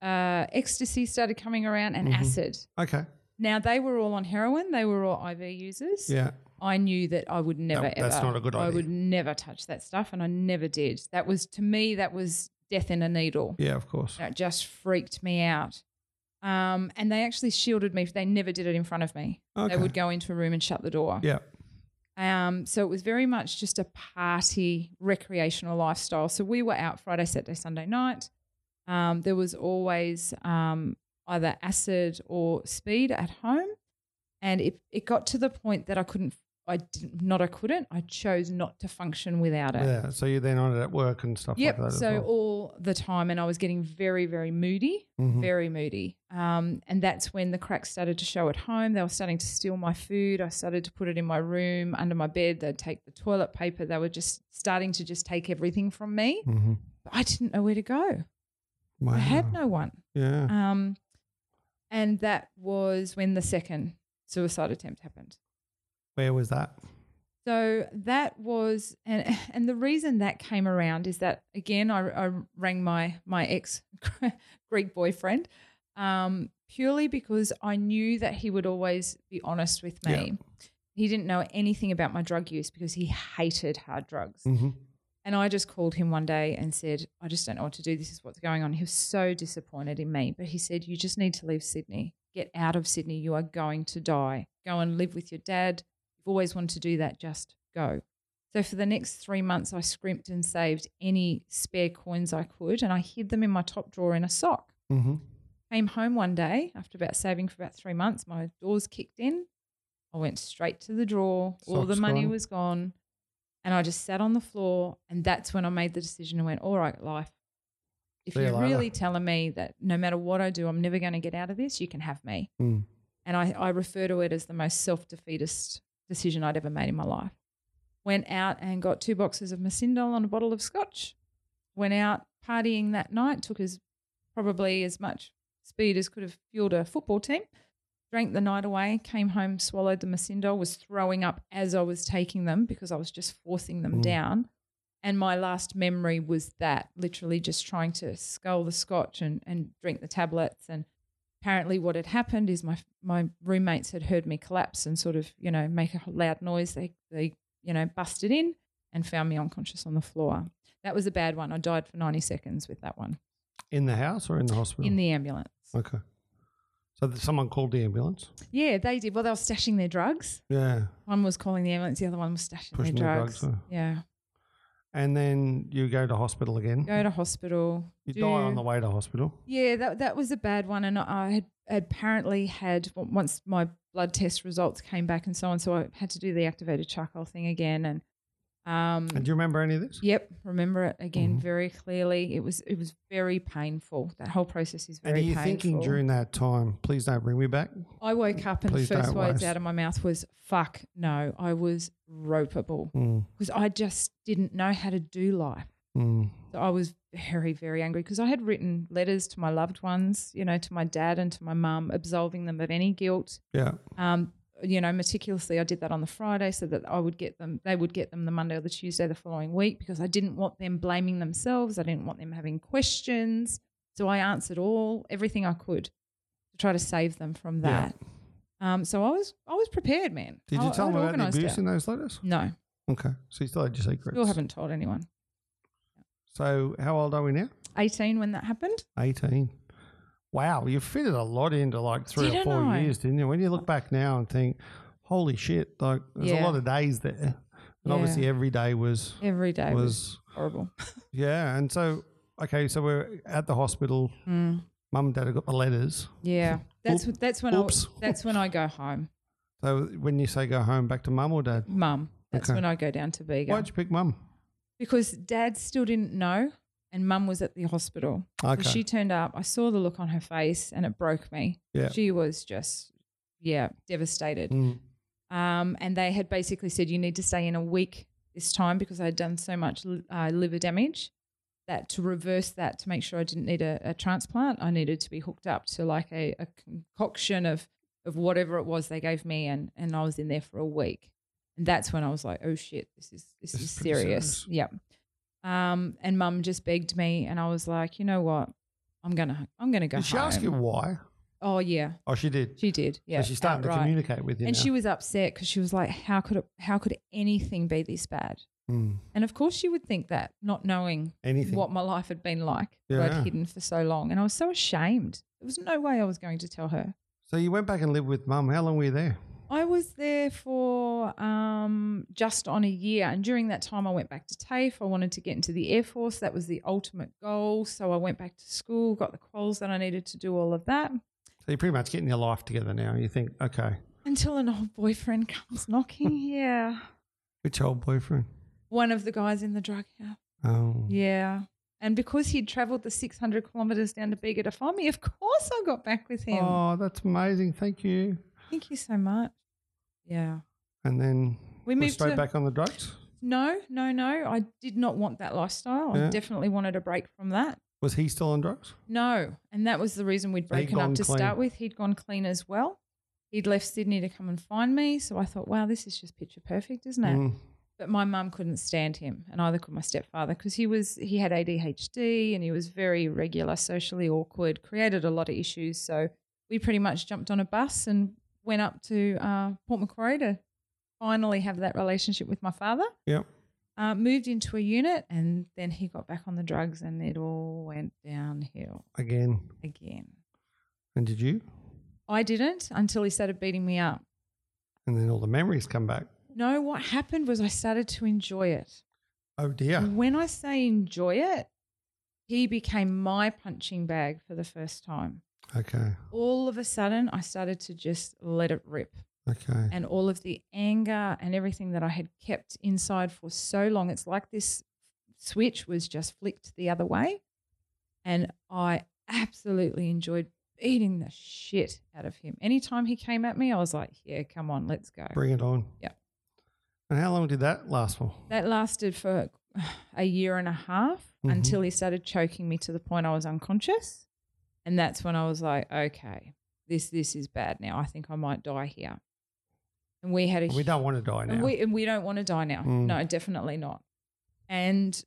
S3: uh, ecstasy started coming around, and
S5: Mhm.
S3: acid.
S5: Okay.
S3: Now they were all on heroin. They were all IV users.
S5: Yeah.
S3: I knew that I would never ever.
S5: that's not a good
S3: I
S5: idea.
S3: would never touch that stuff, and I never did. That was to me that was death in a needle.
S5: Yeah, of course.
S3: And It just freaked me out. Um, and they actually shielded me. They never did it in front of me.
S5: Okay.
S3: They would go into a room and shut the door.
S5: Yeah.
S3: Um, so it was very much just a party recreational lifestyle. So we were out Friday, Saturday, Sunday night. Um, there was always um, either acid or speed at home, and it it got to the point that I couldn't. I didn't not I couldn't. I chose not to function without it.
S5: Yeah. So you're then on it at work and stuff
S3: Yep.
S5: like that.
S3: so
S5: as well.
S3: all the time, and I was getting very, very moody,
S5: Mhm.
S3: very moody. Um, and that's when the cracks started to show at home. They were starting to steal my food. I started to put it in my room, under my bed. They'd take the toilet paper. They were just starting to just take everything from me.
S5: Mhm.
S3: But I didn't know where to go.
S5: Wow.
S3: I had no one.
S5: Yeah.
S3: Um, and that was when the second suicide attempt happened.
S5: Where was that?
S3: So that was, and and the reason that came around is that again, I, I rang my my ex Greek boyfriend, um, purely because I knew that he would always be honest with me. He didn't know anything about my drug use because he hated hard drugs.
S5: Mm-hmm.
S3: And I just called him one day and said, I just don't know what to do. This is what's going on. He was so disappointed in me. But he said, You just need to leave Sydney. Get out of Sydney. You are going to die. Go and live with your dad. You've always wanted to do that. Just go. So for the next three months, I scrimped and saved any spare coins I could and I hid them in my top drawer in a sock.
S5: Mm-hmm.
S3: Came home one day after about saving for about three months. My doors kicked in. I went straight to the drawer. All the
S5: Socks
S3: money
S5: gone.
S3: was gone. And I just sat on the floor. And that's when I made the decision and went, all right, life. If
S5: See you
S3: you're
S5: later."
S3: really telling me that no matter what I do, I'm never going to get out of this, you can have me.
S5: Mm.
S3: And I, I refer to it as the most self defeatist decision I'd ever made in my life. Went out and got two boxes of Masindol and a bottle of scotch. Went out partying that night, took as probably as much speed as could have fueled a football team. Drank the night away, came home, swallowed the Masindol, was throwing up as I was taking them because I was just forcing them down. And my last memory was that literally just trying to scull the scotch and, and drink the tablets. And apparently, what had happened is my my roommates had heard me collapse and sort of you know make a loud noise. They they you know busted in and found me unconscious on the floor. That was a bad one. I died for ninety seconds with that one
S5: In the house or in the hospital?
S3: in the ambulance.
S5: Okay. So that someone called the ambulance?
S3: Yeah, they did. Well, they were stashing their drugs.
S5: Yeah.
S3: One was calling the ambulance, the other one was stashing
S5: Pushing
S3: their
S5: their
S3: drugs.
S5: drugs, huh?
S3: yeah,
S5: And then you go to hospital again.
S3: go to hospital.
S5: you
S3: do-
S5: die on the way to hospital.
S3: Yeah, that that was a bad one, and I had apparently had w- once my blood test results came back and so on, so I had to do the activated charcoal thing again, and um,
S5: And do you remember any of this?
S3: yep, remember it again
S5: Mhm.
S3: very clearly. It was it was very painful. That whole process is
S5: and
S3: very
S5: are you
S3: painful.
S5: thinking during that time, please don't bring me back?
S3: I woke up and the
S5: Please
S3: first
S5: don't
S3: words
S5: waste.
S3: out of my mouth was "fuck no." I was ropeable
S5: Mm,
S3: because I just didn't know how to do life.
S5: mm,
S3: So I was very, very angry because I had written letters to my loved ones, you know, to my dad and to my mum, absolving them of any guilt.
S5: yeah.
S3: Um, you know, meticulously, I did that on the Friday so that I would get them, they would get them the Monday or the Tuesday the following week because I didn't want them blaming themselves. I didn't want them having questions. So I answered all, everything I could to try to save them from
S5: Yeah.
S3: that. Um, so I was, I was prepared, man.
S5: Did you
S3: I-
S5: tell
S3: I'd
S5: them about the
S3: organised
S5: abuse
S3: it.
S5: in those letters?
S3: No,
S5: Okay. So you still had your secrets.
S3: Mm. still haven't told anyone.
S5: So how old are we now?
S3: 18 when that happened.
S5: 18. Wow, you fitted a lot into like 3 or
S3: Didn't
S5: four
S3: I?
S5: years, didn't you? When you look back now and think, holy shit, like there's a
S3: Yeah.
S5: lot of days there. And
S3: Yeah.
S5: obviously every day was
S3: Every day was,
S5: was
S3: horrible.
S5: yeah. And so okay, so we're at the hospital.
S3: Mm.
S5: Mum and dad have got the letters.
S3: Yeah, that's wh- that's when
S5: oops.
S3: I that's when I go home,
S5: So when you say go home, back to mum or dad?
S3: mum. That's
S5: Okay.
S3: when I go down to Bega
S5: Why'd you pick mum?
S3: because dad still didn't know, and mum was at the hospital.
S5: Okay.
S3: So she turned up. I saw the look on her face, and it broke me.
S5: Yeah.
S3: she was just yeah devastated.
S5: Mm.
S3: Um, and they had basically said you need to stay in a week this time because I had done so much li- uh, liver damage that to reverse that to make sure I didn't need a, a transplant, I needed to be hooked up to like a, a concoction of of whatever it was they gave me, and and I was in there for a week, and that's when I was like, oh shit, this is this,
S5: This
S3: is
S5: is pretty
S3: serious.
S5: serious.
S3: Yep. Um, and mum just begged me, and I was like, you know what, I'm gonna I'm gonna go
S5: Did she
S3: home.
S5: ask you why?
S3: oh yeah,
S5: Oh, she did.
S3: she did. Yeah,
S5: so she's starting to
S3: outright.
S5: communicate with you
S3: And
S5: now.
S3: she was upset because she was like, "How could it, how could anything be this bad?"
S5: Mm.
S3: And of course, she would think that, not knowing
S5: Anything.
S3: what my life had been like, what
S5: Yeah.
S3: I'd hidden for so long, and I was so ashamed. There was no way I was going to tell her.
S5: So you went back and lived with mum. How long were you there?
S3: I was there for um, just on a year, and during that time, I went back to TAFE. I wanted to get into the Air Force; that was the ultimate goal. So I went back to school, got the quals that I needed to do all of that.
S5: So you're pretty much getting your life together now. You think, okay,
S3: Until an old boyfriend comes knocking. yeah,
S5: which old boyfriend?
S3: one of the guys in the drug house.
S5: Oh,
S3: Yeah. And because he'd travelled the 600 kilometres down to Bega to find me, of course I got back with him.
S5: oh, that's amazing. Thank you.
S3: Thank you so much. Yeah.
S5: And then
S3: We
S5: we're
S3: moved
S5: straight
S3: to-
S5: back on the drugs.
S3: No, no, no. I did not want that lifestyle.
S5: Yeah.
S3: I definitely wanted a break from that.
S5: Was he still on drugs?
S3: No. And that was the reason we'd
S5: So he'd
S3: broken up
S5: gone
S3: to
S5: clean.
S3: start with. He'd gone clean as well. He'd left Sydney to come and find me. So I thought, wow, this is just picture perfect, isn't it?
S5: Mm.
S3: but my mum couldn't stand him and either could my stepfather because he was he had adhd and he was very irregular socially awkward created a lot of issues so we pretty much jumped on a bus and went up to uh, port macquarie to finally have that relationship with my father
S5: Yep.
S3: uh, moved into a unit and then he got back on the drugs and it all went downhill
S5: Again.
S3: again
S5: And did you?
S3: i didn't until he started beating me up
S5: And then all the memories come back.
S3: no what happened was i started to enjoy it
S5: Oh dear.
S3: When I say enjoy it, he became my punching bag for the first time.
S5: Okay.
S3: all of a sudden I started to just let it rip.
S5: Okay.
S3: And all of the anger and everything that I had kept inside for so long, it's like this switch was just flicked the other way. And I absolutely enjoyed beating the shit out of him. Anytime he came at me, I was like, yeah, come on, let's go.
S5: Bring it on.
S3: Yeah.
S5: And how long did that last for?
S3: That lasted for a year and a half
S5: Mhm.
S3: until he started choking me to the point I was unconscious. And that's when I was like, okay, this this is bad now. I think I might die here. And we had a
S5: We don't want to die
S3: and
S5: now.
S3: we and we don't want to die now.
S5: Mm.
S3: No, definitely not. And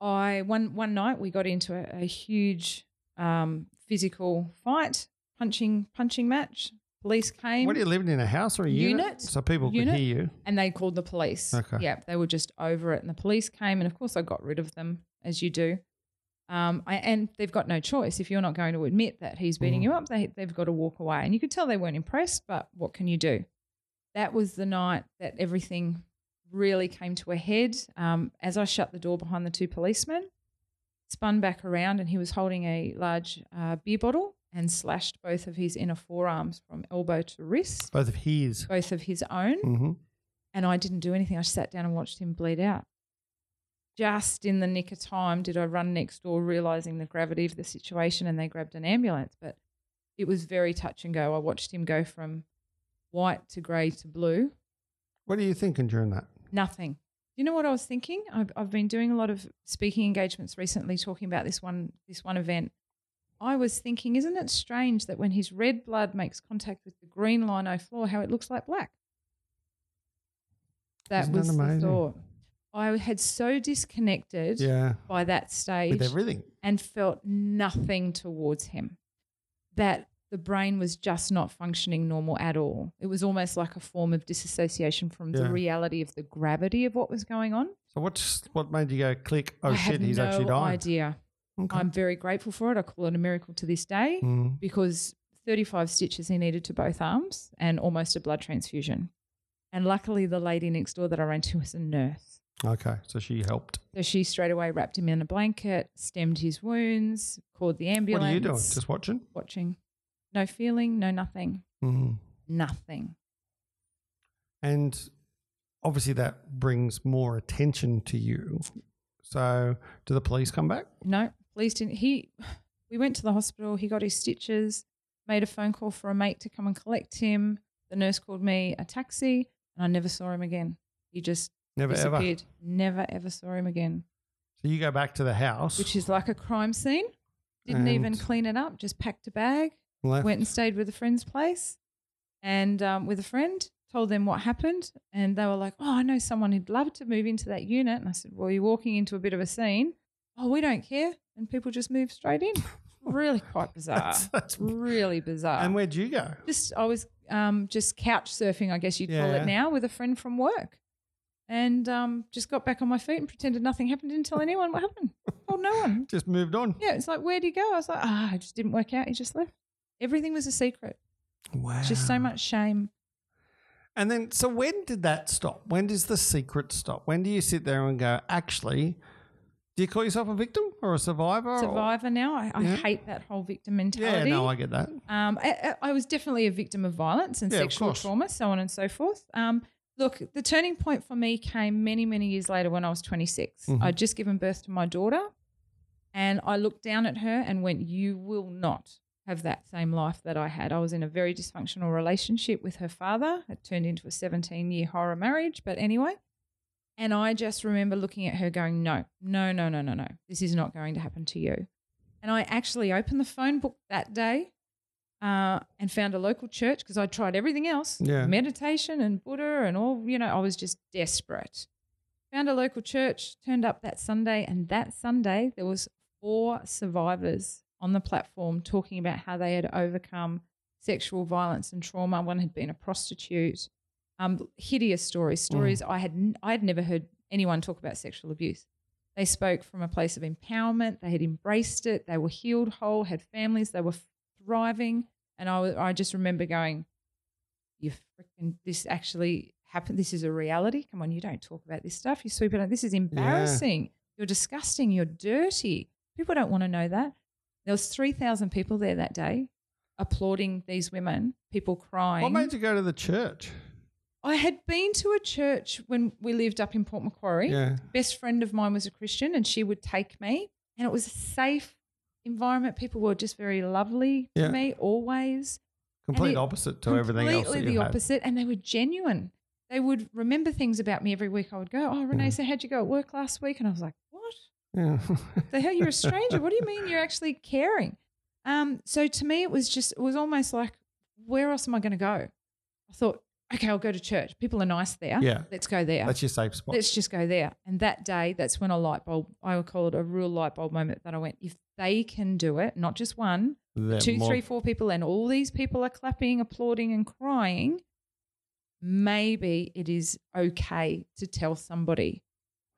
S3: I one one night we got into a, a huge um, physical fight, punching punching match. Police came.
S5: what are you living in a house or a unit?
S3: Unit?
S5: So people
S3: Unit?
S5: could hear you.
S3: and they called the police.
S5: Okay.
S3: Yeah, they were just over it, and the police came, and of course I got rid of them, as you do. Um, I, and they've got no choice. If you're not going to admit that he's beating you up, they, they've got to walk away. And you could tell they weren't impressed, but what can you do? That was the night that everything really came to a head. Um, as I shut the door behind the two policemen, spun back around, and he was holding a large uh, beer bottle and slashed both of his inner forearms from elbow to wrist,
S5: Both of his.
S3: both of his own
S5: Mm-hmm.
S3: and I didn't do anything. I just sat down and watched him bleed out. Just in the nick of time did I run next door, realizing the gravity of the situation, and they grabbed an ambulance. But it was very touch and go. I watched him go from white to grey to blue.
S5: What are you thinking during that?
S3: Nothing. You know what I was thinking? I've, I've been doing a lot of speaking engagements recently, talking about this one this one event. I was thinking, isn't it strange that when his red blood makes contact with the green lino floor, how it looks like black? That
S5: Isn't that
S3: was
S5: amazing?
S3: the thought. I had so disconnected
S5: Yeah.
S3: by that stage
S5: With everything.
S3: and felt nothing towards him. That the brain was just not functioning normal at all. It was almost like a form of disassociation from the
S5: Yeah.
S3: reality of the gravity of what was going on.
S5: So what's what made you go click? Oh
S3: I
S5: shit,
S3: have
S5: he's
S3: no
S5: actually dying.
S3: idea.
S5: Okay.
S3: I'm very grateful for it. I call it a miracle to this day
S5: Mm.
S3: because 35 stitches he needed to both arms and almost a blood transfusion. And luckily, the lady next door that I ran to was a nurse.
S5: Okay. So she helped.
S3: So she straight away wrapped him in a blanket, stemmed his wounds, called the ambulance.
S5: What are you doing? Just watching?
S3: watching. No feeling, no nothing,
S5: Mm.
S3: nothing.
S5: And obviously that brings more attention to you. So do the police come back?
S3: No, police didn't. He, we went to the hospital. He got his stitches. Made a phone call for a mate to come and collect him. The nurse called me a taxi, and I never saw him again. He just
S5: Never ever.
S3: disappeared. Never ever saw him again,
S5: So you go back to the house.
S3: which is like a crime scene. Didn't even
S5: And-
S3: clean it up. Just packed a bag,
S5: left.
S3: went and stayed with a friend's place and um, with a friend told them what happened and they were like oh i know someone who'd love to move into that unit and i said well you're walking into a bit of a scene oh we don't care and people just move straight in really quite bizarre
S5: That's- that's-
S3: really bizarre
S5: and where'd you go?
S3: just i was um, just couch surfing i guess you'd call
S5: Yeah.
S3: it now with a friend from work and um, just got back on my feet and pretended nothing happened didn't tell anyone what happened told no one
S5: Just moved on.
S3: yeah, it's like, where'd he go? I was like, ah, it just didn't work out. He just left. Everything was a secret.
S5: Wow.
S3: Just so much shame.
S5: And then, so when did that stop? When does the secret stop? When do you sit there and go, actually, do you call yourself a victim or a survivor? or-
S3: Survivor now. I, I
S5: Oh. Yeah.
S3: hate that whole victim
S5: Yeah,
S3: mentality.
S5: no, I get that.
S3: um, I, I I was definitely a victim of violence and
S5: Yeah, of
S3: sexual
S5: course.
S3: trauma, so on and so forth. Um, look, the turning point for me came many, many years later when I was 26.
S5: Mm-hmm.
S3: I'd just given birth to my daughter, and I looked down at her and went, You will not have that same life that I had. I was in a very dysfunctional relationship with her father. It turned into a 17 year horror marriage, but anyway. And I just remember looking at her going, No, no, no, no, no, no. This is not going to happen to you. And I actually opened the phone book that day uh, and found a local church because I tried everything else
S5: Yeah.
S3: meditation and Buddha and all, you know, I was just desperate. Found a local church, turned up that Sunday, and that Sunday there was four survivors on the platform talking about how they had overcome sexual violence and trauma. One had been a prostitute. Um, hideous stories,
S5: Mm.
S3: stories I had n- I'd never heard anyone talk about sexual abuse. They spoke from a place of empowerment. They had embraced it. They were healed, whole, had families. They were thriving. And I, wa- I just remember going, "You freaking! This actually happened. This is a reality. Come on, you don't talk about this stuff. You sweep it under. This is embarrassing. You're disgusting. You're dirty. People don't want to know that." There was three thousand people there that day. applauding these women, people crying.
S5: What made you go to the church?
S3: I had been to a church when we lived up in Port Macquarie.
S5: Yeah.
S3: Best friend of mine was a Christian and she would take me and it was a safe environment. People were just very lovely
S5: Yeah.
S3: to me always.
S5: Complete
S3: it-
S5: opposite to everything else. That
S3: Completely
S5: you
S3: the
S5: had.
S3: opposite and they were genuine. They would remember things about me every week. I would go, Oh
S5: Mm.
S3: Renee, so how'd you go at work last week? And I was like, What?
S5: Yeah.
S3: the hell you're a stranger what do you mean you're actually caring um so to me it was just it was almost like where else am i going to go i thought okay i'll go to church people are nice there
S5: Yeah.
S3: let's go there
S5: That's your safe spot.
S3: let's just go there and that day that's when a light bulb i would call it a real light bulb moment that i went if they can do it not just one
S5: They're
S3: two,
S5: more-
S3: three, four people and all these people are clapping applauding and crying maybe it is okay to tell somebody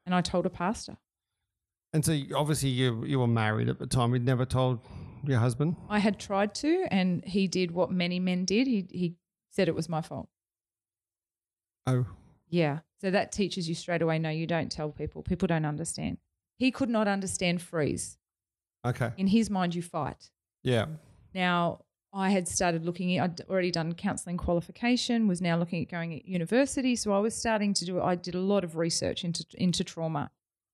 S3: and i told a pastor
S5: And so you- obviously you you were married at the time. You'd never told your husband.
S3: I had tried to, and he did what many men did. He he said it was my fault.
S5: Oh.
S3: Yeah. So that teaches you straight away. No, you don't tell people. People don't understand. He could not understand freeze.
S5: Okay.
S3: In his mind, you fight.
S5: Yeah.
S3: Now I had started looking. I'd already done counselling qualification. Was now looking at going at university. So I was starting to do. I did a lot of research into into trauma,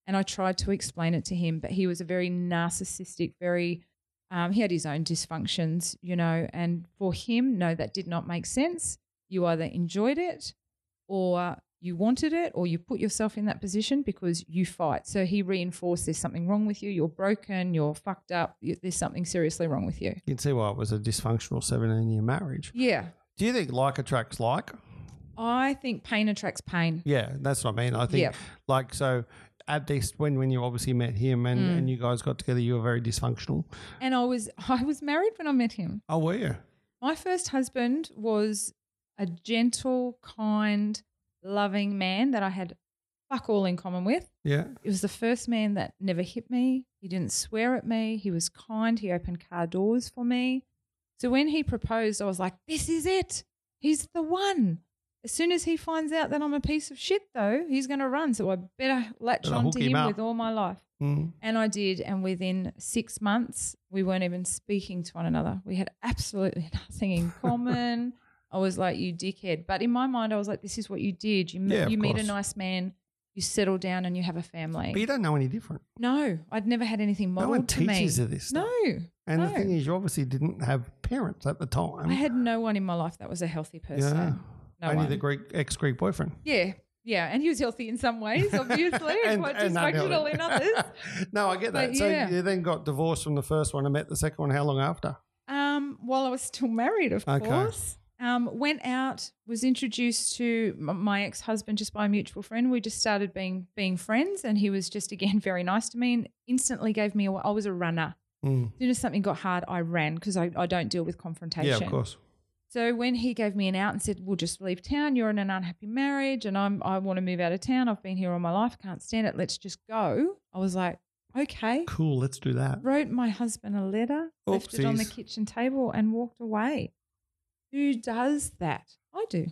S3: and I tried to explain it to him. But he was a very narcissistic, very um, he had his own dysfunctions, you know, and for him, no, that did not make sense. You either enjoyed it or you wanted it or you put yourself in that position because you fight. So he reinforced there's something wrong with you, you're broken, you're fucked up, you, there's something seriously wrong with you.
S5: You can see why it was a dysfunctional 17 year marriage.
S3: Yeah.
S5: Do you think like attracts like?
S3: I think pain attracts pain.
S5: Yeah, that's what I mean. I think
S3: Yeah.
S5: like so at this when when you obviously met him and,
S3: Mm.
S5: and you guys got together, you were very dysfunctional.
S3: And I was I was married when I met him.
S5: Oh, were you?
S3: My first husband was a gentle, kind, loving man that I had fuck all in common with.
S5: Yeah.
S3: It was the first man that never hit me. He didn't swear at me. He was kind. He opened car doors for me. So when he proposed, I was like, this is it. He's the one. As soon as he finds out that I'm a piece of shit, though, he's going to run. So I better latch
S5: Better
S3: on
S5: hook
S3: to
S5: him
S3: him
S5: up.
S3: with all my life.
S5: Mm.
S3: And I did. And within six months, we weren't even speaking to one another. We had absolutely nothing in common. I was like, you dickhead. But in my mind, I was like, this is what you did. You, m-
S5: Yeah, of
S3: you meet
S5: course.
S3: a nice man, you settle down, and you have a family.
S5: But you don't know any different.
S3: No, I'd never had anything
S5: No
S3: modeled
S5: one
S3: to me.
S5: teaches you this
S3: No,
S5: stuff. And the
S3: no.
S5: thing is, you obviously didn't have parents at the time.
S3: I had no one in my life that was a healthy person.
S5: yeah.
S3: No
S5: Only
S3: one.
S5: the Greek ex Greek boyfriend.
S3: yeah, yeah, and he was healthy in some ways, obviously, and, quite dysfunctional
S5: unhealthy.
S3: in others.
S5: no, I get that.
S3: But
S5: so
S3: yeah.
S5: you then got divorced from the first one and met the second one. How long after?
S3: Um, while I was still married, of
S5: Okay.
S3: course. Um, went out, was introduced to m- my ex husband just by a mutual friend. We just started being being friends, and he was just again very nice to me, and instantly gave me. A, I was a runner.
S5: Mm.
S3: As soon as something got hard, I ran because I, I don't deal with confrontation.
S5: Yeah, of course.
S3: So when he gave me an out and said, "We'll just leave town. You're in an unhappy marriage, and I'm I want to move out of town. I've been here all my life. Can't stand it. Let's just go." I was like, "Okay."
S5: Cool. Let's do that.
S3: Wrote my husband a letter, left it on the
S5: Oopsies.
S3: kitchen table, and walked away. Who does that? I do.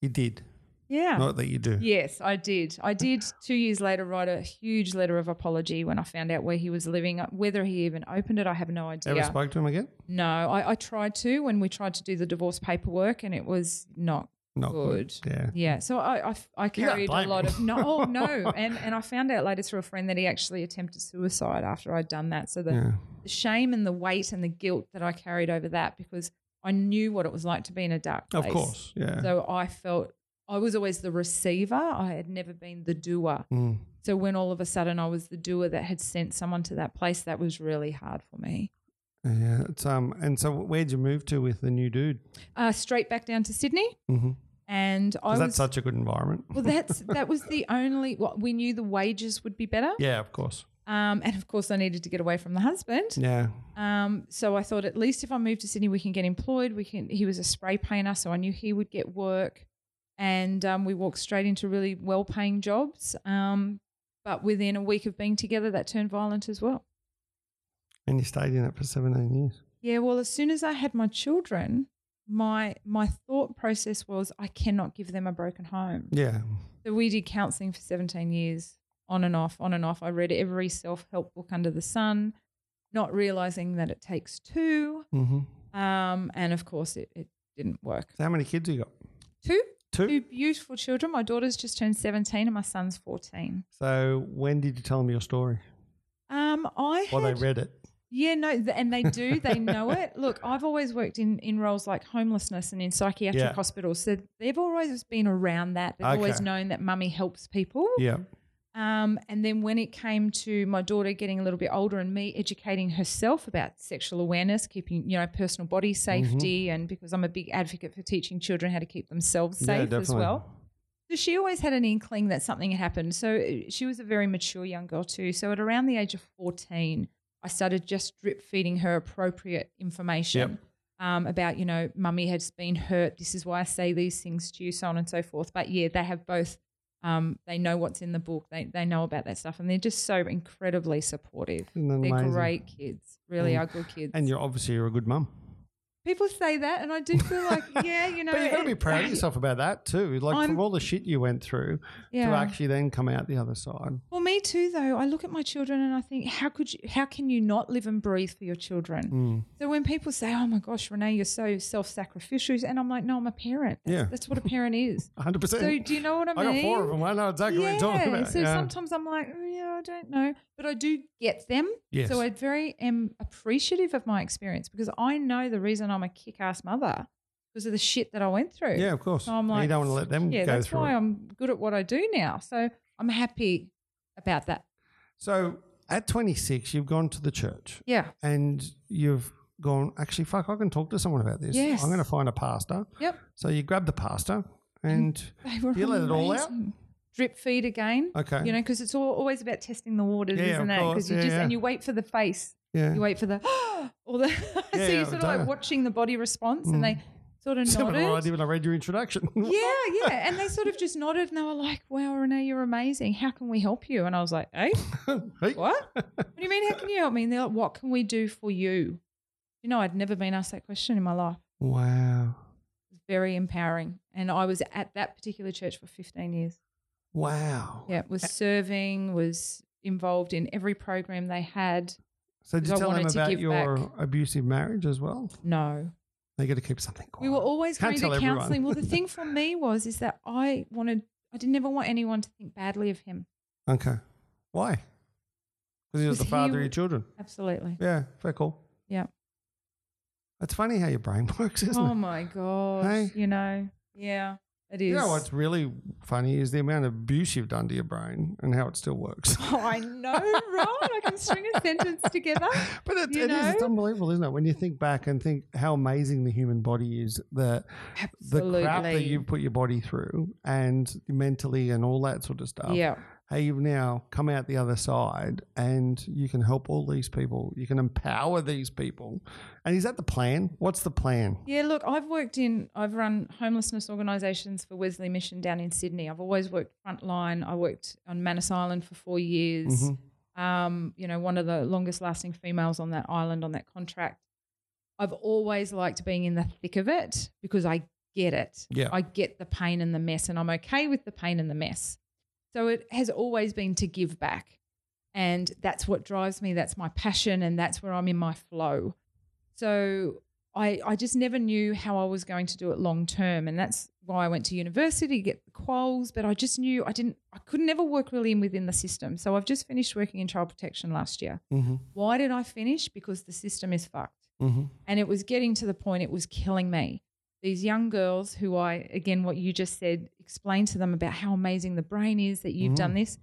S5: You did.
S3: Yeah.
S5: Not that you do.
S3: Yes, I did. I did two years later write a huge letter of apology when I found out where he was living. Whether he even opened it, I have no idea.
S5: Ever spoke to him again?
S3: No, I, I tried to when we tried to do the divorce paperwork, and it was not
S5: Not
S3: good.
S5: Yeah.
S3: Yeah. So I, I, I
S5: don't
S3: carried a
S5: blame
S3: lot
S5: him.
S3: of no, oh, no, and and I found out later through a friend that he actually attempted suicide after I'd done that. So the,
S5: Yeah.
S3: the shame and the weight and the guilt that I carried over that because I knew what it was like to be in a dark place.
S5: Of course. Yeah.
S3: So I felt I was always the receiver. I had never been the doer.
S5: Mm.
S3: So when all of a sudden I was the doer that had sent someone to that place, that was really hard for me.
S5: Yeah. It's, um. And so, where'd you move to with the new dude?
S3: Uh, straight back down to Sydney,
S5: Mm-hmm.
S3: and I
S5: Is that
S3: was
S5: such a good environment?
S3: well. That's that was the only. Well, we knew the wages would be better.
S5: Yeah, of course.
S3: Um, and of course, I needed to get away from the husband.
S5: Yeah.
S3: Um, so I thought, at least if I move to Sydney, we can get employed. We can. He was a spray painter, so I knew he would get work. And um, we walked straight into really well-paying jobs. Um, but within a week of being together, that turned violent as well.
S5: And you stayed in it for 17 years.
S3: Yeah. Well, as soon as I had my children, my my thought process was, I cannot give them a broken home.
S5: Yeah.
S3: So we did counselling for 17 years, on and off, on and off. I read every self help book under the sun, not realizing that it takes two.
S5: Mm-hmm.
S3: Um, and of course, it, it didn't work.
S5: So how many kids you got?
S3: Two,
S5: Two.
S3: two beautiful children. My daughter's just turned 17 and my son's 14.
S5: So when did you tell them your story?
S3: Um, I
S5: Well, they
S3: had-
S5: read it.
S3: Yeah, no, th- and they do. They know it. Look, I've always worked in, in roles like homelessness and in psychiatric
S5: Yeah.
S3: hospitals. So they've always been around that. They've always
S5: Okay.
S3: known that mummy helps people.
S5: Yeah.
S3: Um, and then when it came to my daughter getting a little bit older and me educating herself about sexual awareness, keeping, you know, personal body
S5: Mm-hmm.
S3: safety, and because I'm a big advocate for teaching children how to keep themselves
S5: Yeah,
S3: safe as
S5: definitely.
S3: well. So she always had an inkling that something had happened. So uh, she was a very mature young girl too. So at around the age of 14, I started just drip feeding her appropriate information um, about, you know, mummy has been hurt. This is why I say these things to you, so on and so forth. But yeah, they have both, um, they know what's in the book. They, they know about that stuff. And they're just so incredibly supportive.
S5: Isn't that
S3: They're
S5: amazing?
S3: great kids, really
S5: Mm.
S3: are good kids.
S5: And you're obviously you're a good mum.
S3: People say that, and I do feel like, yeah, you know. eh,
S5: but you've got to
S3: it-
S5: be proud of yourself about that too. Like
S3: I'm-
S5: from all the shit you went through to actually then come out the other side.
S3: Well, me too. Though I look at my children and I think, how could you? How can you not live and breathe for your children?
S5: Mm.
S3: So when people say, "Oh my gosh, Renee, you're so self-sacrificial," and I'm like, "No, I'm a parent. That's,
S5: Yeah.
S3: that's what a parent is."
S5: 100%.
S3: so do you know what I
S5: I
S3: mean?
S5: got four of them. I know exactly what
S3: yeah.
S5: you're talking about.
S3: So
S5: yeah.
S3: sometimes I'm like, "Mm, yeah, I don't know, but I do get them.
S5: Yes.
S3: So I very am appreciative of my experience because I know the reason I'm a kick-ass mother because of the shit that I went through.
S5: yeah, of course.
S3: So I'm
S5: And
S3: like,
S5: you don't want to let them
S3: yeah,
S5: go
S3: that's
S5: through
S3: why
S5: it.
S3: I'm good at what I do now. So I'm happy about that.
S5: So at 26, you've gone to the church
S3: Yeah.
S5: and you've gone, actually, fuck, I can talk to someone about this.
S3: Yes.
S5: I'm going to find a pastor.
S3: Yep.
S5: So you grab the pastor and
S3: They were
S5: You let it all out?
S3: amazing. Drip feed again.
S5: okay.
S3: You know, because it's all, always about testing the waters,
S5: Yeah, of
S3: isn't it?
S5: course,
S3: Because you
S5: yeah,
S3: just
S5: yeah.
S3: and you wait for the face.
S5: yeah.
S3: You wait for the or the.
S5: Yeah,
S3: so
S5: yeah,
S3: you're sort of like
S5: don't-
S3: watching the body response, and they sort of
S5: Similar
S3: nodded.
S5: idea when I read your introduction.
S3: Yeah, yeah, and they sort of just nodded, and they were like, "Wow, Renee, you're amazing. How can we help you?" And I was like, "Hey,
S5: Hey?
S3: what? what do you mean? How can you help me?" And they're like, "What can we do for you?" You know, I'd never been asked that question in my life.
S5: Wow.
S3: It was very empowering, and I was at that particular church for 15 years.
S5: Wow.
S3: Yeah, was serving, was involved in every program they had.
S5: So did
S3: Because
S5: you
S3: I
S5: tell them
S3: wanted to
S5: about
S3: give
S5: your
S3: back.
S5: abusive marriage as well?
S3: No,
S5: They got to keep something quiet.
S3: we were always
S5: Can't
S3: going
S5: tell
S3: to
S5: everyone.
S3: counselling. Well, the thing for me was is that I wanted, I didn't ever want anyone to think badly of him.
S5: okay. Why? Because he was the
S3: 'Cause he
S5: father of
S3: w-
S5: your children.
S3: Absolutely.
S5: Yeah, very cool.
S3: Yeah.
S5: It's funny how your brain works, isn't
S3: oh
S5: it?
S3: my gosh,
S5: Hey?
S3: you know, yeah, it is.
S5: You know what's really funny is the amount of abuse you've done to your brain and how it still works.
S3: Oh, I know, right? I can string a sentence together.
S5: But it,
S3: You
S5: it is, it's
S3: know?
S5: unbelievable, isn't it? When you think back and think how amazing the human body is, the
S3: Absolutely.
S5: the crap that you put your body through and mentally and all that sort of stuff.
S3: yeah,
S5: How you've now come out the other side and you can help all these people. You can empower these people. And is that the plan? What's the plan?
S3: yeah. Look, I've worked in, I've run homelessness organisations for Wesley Mission down in Sydney. I've always worked frontline. I worked on Manus Island for four years.
S5: Mhm.
S3: um, you know, one of the longest lasting females on that island on that contract. I've always liked being in the thick of it because I get it.
S5: Yeah.
S3: I get the pain and the mess, and I'm okay with the pain and the mess. So it has always been to give back. And that's what drives me. That's my passion, and that's where I'm in my flow. So I, I just never knew how I was going to do it long term. And that's why I went to university, get the quals, but I just knew I didn't, I could never work really in within the system. So I've just finished working in child protection last year.
S5: Mhm.
S3: Why did I finish? Because the system is fucked.
S5: Mhm.
S3: And it was getting to the point, it was killing me. These young girls who I, again, what you just said, explained to them about how amazing the brain is that you've done this.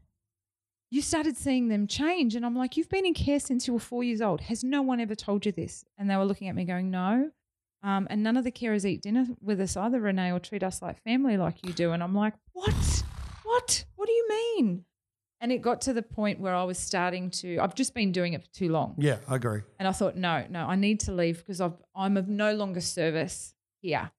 S3: You started seeing them change. And I'm like, you've been in care since you were four years old. Has no one ever told you this? And they were looking at me going, no. Um, and none of the carers eat dinner with us either, Renee, or treat us like family like you do. And I'm like, what? What? What do you mean? And it got to the point where I was starting to, I've just been doing it for too long.
S5: Yeah, I agree.
S3: And I thought, no, no, I need to leave because I've, I'm of no longer service here.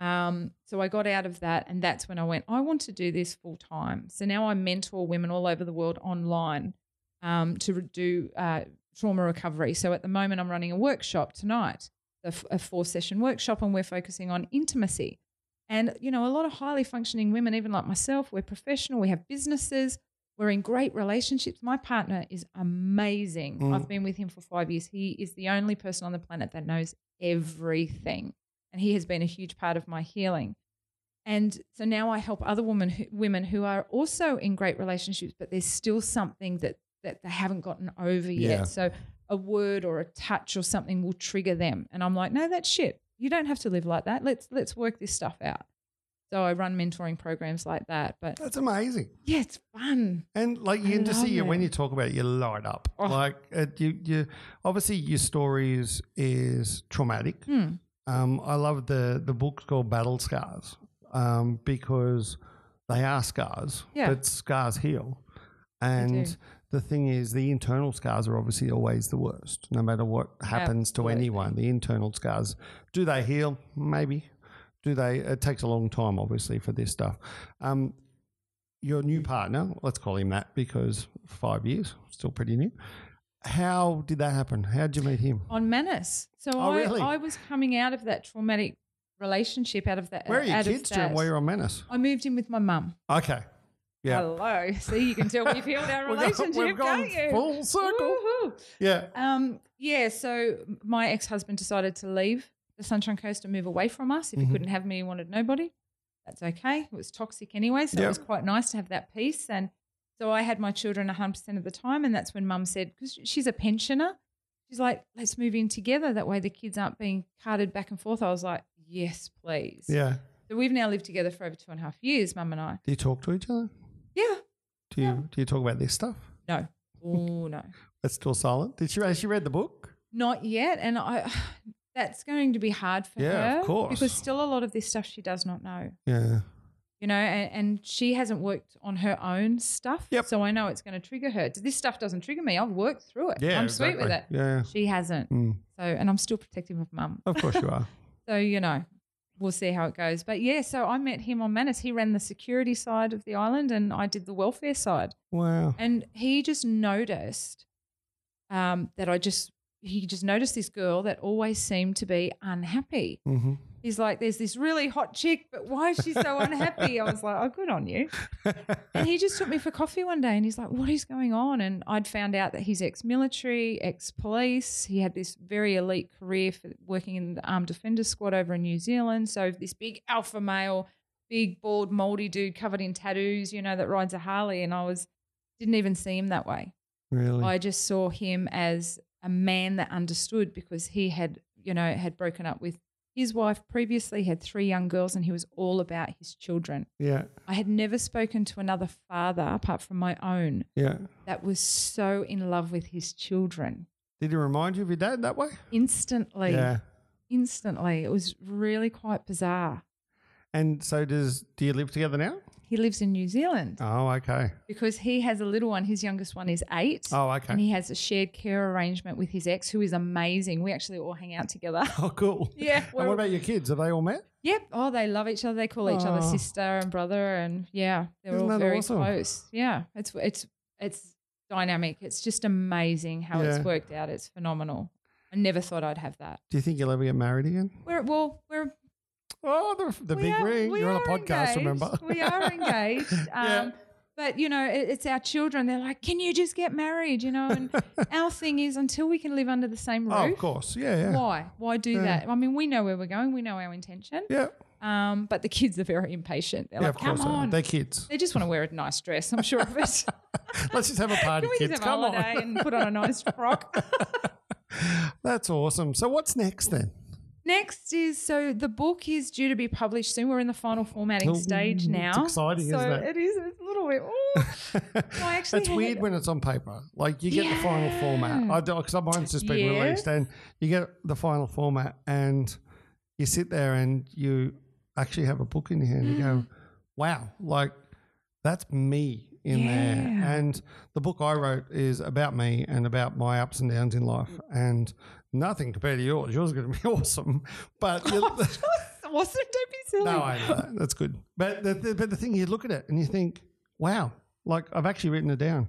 S3: Um, so I got out of that. And that's when I went, I want to do this full time. So now I mentor women all over the world online um, to re- do uh, trauma recovery. So at the moment, I'm running a workshop tonight, a, f- a four session workshop, and we're focusing on intimacy. And, you know, a lot of highly functioning women, even like myself, we're professional, we have businesses, We're in great relationships. My partner is amazing. I've been with him for five years. He is the only person on the planet that knows everything. And he has been a huge part of my healing. And so now I help other women who, women who are also in great relationships, but there's still something that that they haven't gotten over yet.
S5: Yeah.
S3: So a word or a touch or something will trigger them, and I'm like, no, that's shit. You don't have to live like that. Let's let's work this stuff out. So I run mentoring programs like that, but
S5: That's amazing.
S3: yeah, it's fun.
S5: And like you
S3: I
S5: can just see
S3: love
S5: you when
S3: it.
S5: you talk about it, you light up.
S3: Oh.
S5: Like it, you, you obviously your story is is traumatic.
S3: Hmm.
S5: Um, I love the the book's called Battle Scars um, because they are scars,
S3: Yeah.
S5: but scars heal. And
S3: do.
S5: the thing is, the internal scars are obviously always the worst, no matter what happens to
S3: Absolutely.
S5: anyone. The internal scars, do they heal? Maybe. Do they? It takes a long time, obviously, for this stuff. Um, your new partner, let's call him that, because five years, still pretty new. How did that happen? How did you meet him?
S3: On Manus, so
S5: Oh,
S3: I,
S5: really?
S3: I was coming out of that traumatic relationship, out of that.
S5: Where are your
S3: Uh, out of
S5: kids during
S3: that.
S5: while you're on Menace?
S3: I moved in with my mum.
S5: Okay. Yeah.
S3: Hello. See, you can tell we've healed our
S5: We've gone-
S3: relationship,
S5: we've gone
S3: can't you?
S5: full circle.
S3: Woohoo.
S5: Yeah.
S3: Um, yeah, so my ex husband decided to leave the Sunshine Coast and move away from us. If he
S5: Mm-hmm.
S3: couldn't have me, he wanted nobody. That's okay. It was toxic anyway. So
S5: Yeah.
S3: it was quite nice to have that peace. And so I had my children 100% of the time. And that's when mum said, because she's a pensioner, she's like, let's move in together. That way the kids aren't being carted back and forth. I was like, yes, please.
S5: Yeah.
S3: So we've now lived together for over two and a half years, mum and I.
S5: Do you talk to each other?
S3: Yeah.
S5: Do you do you talk about this stuff?
S3: No. Oh, no.
S5: That's still silent. Did she has she read the book?
S3: Not yet, and I that's going to be hard for
S5: Yeah,
S3: her.
S5: of course.
S3: Because still a lot of this stuff she does not know.
S5: Yeah.
S3: You know, and, and she hasn't worked on her own stuff.
S5: Yep.
S3: So I know it's going to trigger her. This stuff doesn't trigger me. I've worked through it.
S5: Yeah.
S3: I'm sweet with it.
S5: exactly. Yeah. Oh.
S3: She hasn't.
S5: Mm.
S3: So and I'm still protective of mum.
S5: Of course you are.
S3: So, you know, we'll see how it goes. But yeah, so I met him on Manus. He ran the security side of the island and I did the welfare side.
S5: Wow.
S3: And he just noticed um, that I just, he just noticed this girl that always seemed to be unhappy.
S5: Mm-hmm.
S3: He's like, there's this really hot chick, but why is she so unhappy? I was like, oh, good on you. And he just took me for coffee one day and he's like, what is going on? And I'd found out that he's ex military, ex police. He had this very elite career for working in the armed defender squad over in New Zealand. So this big alpha male, big, bald, moldy dude covered in tattoos, you know, that rides a Harley. And I was, didn't even see him that way.
S5: Really.
S3: I just saw him as a man that understood because he had, you know, had broken up with his wife previously, had three young girls, and he was all about his children.
S5: yeah.
S3: I had never spoken to another father apart from my own
S5: Yeah.
S3: that was so in love with his children.
S5: Did he remind you of your dad that way?
S3: Instantly,
S5: Yeah.
S3: instantly. It was really quite bizarre.
S5: And so does do you live together now?
S3: He lives in New Zealand
S5: Oh, okay.
S3: because he has a little one. His youngest one is eight.
S5: Oh, okay.
S3: And he has a shared care arrangement with his ex, who is amazing. We actually all hang out together.
S5: oh, cool.
S3: Yeah.
S5: And
S3: we're-
S5: what about your kids? Have they all met?
S3: Yep. Oh, they love each other. They call each other
S5: Aw.
S3: sister and brother, and yeah, they're
S5: Isn't
S3: all
S5: that
S3: very
S5: awesome?
S3: close. Yeah, it's it's it's dynamic. It's just amazing how
S5: Yeah.
S3: it's worked out. It's phenomenal. I never thought I'd have that.
S5: Do you think you'll ever get married again?
S3: We're well, we're
S5: Oh, the, the
S3: we
S5: big
S3: are-
S5: ring.
S3: we
S5: You're on a
S3: are
S5: podcast,
S3: engaged.
S5: remember?
S3: we are engaged. Um,
S5: Yeah.
S3: But you know, it, it's our children. They're like, "Can you just get married?" You know, and our thing is until we can live under the same
S5: oh, of
S3: roof.
S5: course. Yeah. Yeah.
S3: why? Why do that? I mean, we know where we're going. We know our intention.
S5: Yeah.
S3: Um, but the kids are very impatient. They're
S5: yeah,
S3: like,
S5: of course.
S3: "Come on,
S5: They're kids.
S3: They just want to wear a nice dress, I'm sure of it.
S5: Let's just have a party,
S3: Can we
S5: kids.
S3: just have a
S5: Come
S3: holiday
S5: on.
S3: and put on a nice frock?
S5: That's awesome. So what's next then?
S3: Next is so the book is due to be published soon. We're in the final formatting
S5: Oh,
S3: stage now.
S5: exciting,
S3: so
S5: isn't it?
S3: It is. It's a little bit. ooh. I actually
S5: it's
S3: had-
S5: weird when it's on paper. Like you get the final format.
S3: Yeah.
S5: I do because mine's just been
S3: Yeah.
S5: released, and you get the final format, and you sit there and you actually have a book in your hand. You
S3: Mm.
S5: go, "Wow!" Like that's me in there.
S3: Yeah.
S5: And the book I wrote is about me and about my ups and downs in life, and nothing compared to yours. Yours is going to be awesome, but.
S3: Oh,
S5: you-
S3: awesome. Don't be silly.
S5: No, I know. That's good. But the, the, but the thing, you look at it and you think, wow, like I've actually written it down.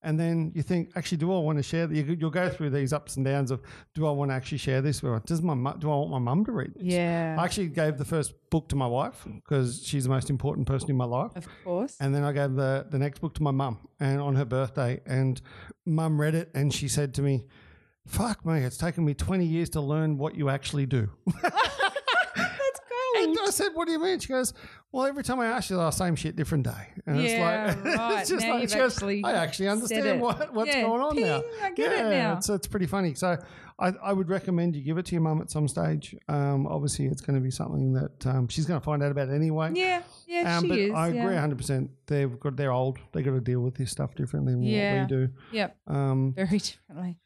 S5: And then you think, actually, do I want to share? th- you- You'll go through these ups and downs of, do I want to actually share this? Or Does my mu- do I want my mum to read this?
S3: Yeah.
S5: I actually gave the first book to my wife because she's the most important person in my life.
S3: Of course.
S5: And then I gave the, the next book to my mum and on her birthday. And mum read it and she said to me, Fuck me, it's taken me 20 years to learn what you actually do.
S3: That's
S5: And
S3: gold.
S5: I said, What do you mean? She goes, Well, every time I ask you, the same shit, different day. And
S3: Yeah,
S5: it's like,
S3: right.
S5: it's just
S3: Now
S5: like,
S3: you've
S5: she goes,
S3: actually
S5: I actually
S3: said
S5: understand
S3: it.
S5: what, what's
S3: Yeah,
S5: going on now.
S3: ping, I get it
S5: yeah,
S3: now.
S5: It's, it's pretty funny. So I, I would recommend you give it to your mum at some stage. Um, obviously, it's going to be something that um, she's going to find out about anyway.
S3: Yeah, yeah,
S5: Um,
S3: she
S5: but
S3: is.
S5: I
S3: yeah.
S5: agree 100%. They've got, they're old. They've got to deal with this stuff differently than
S3: Yeah.
S5: what we do.
S3: Yep,
S5: Um,
S3: very differently.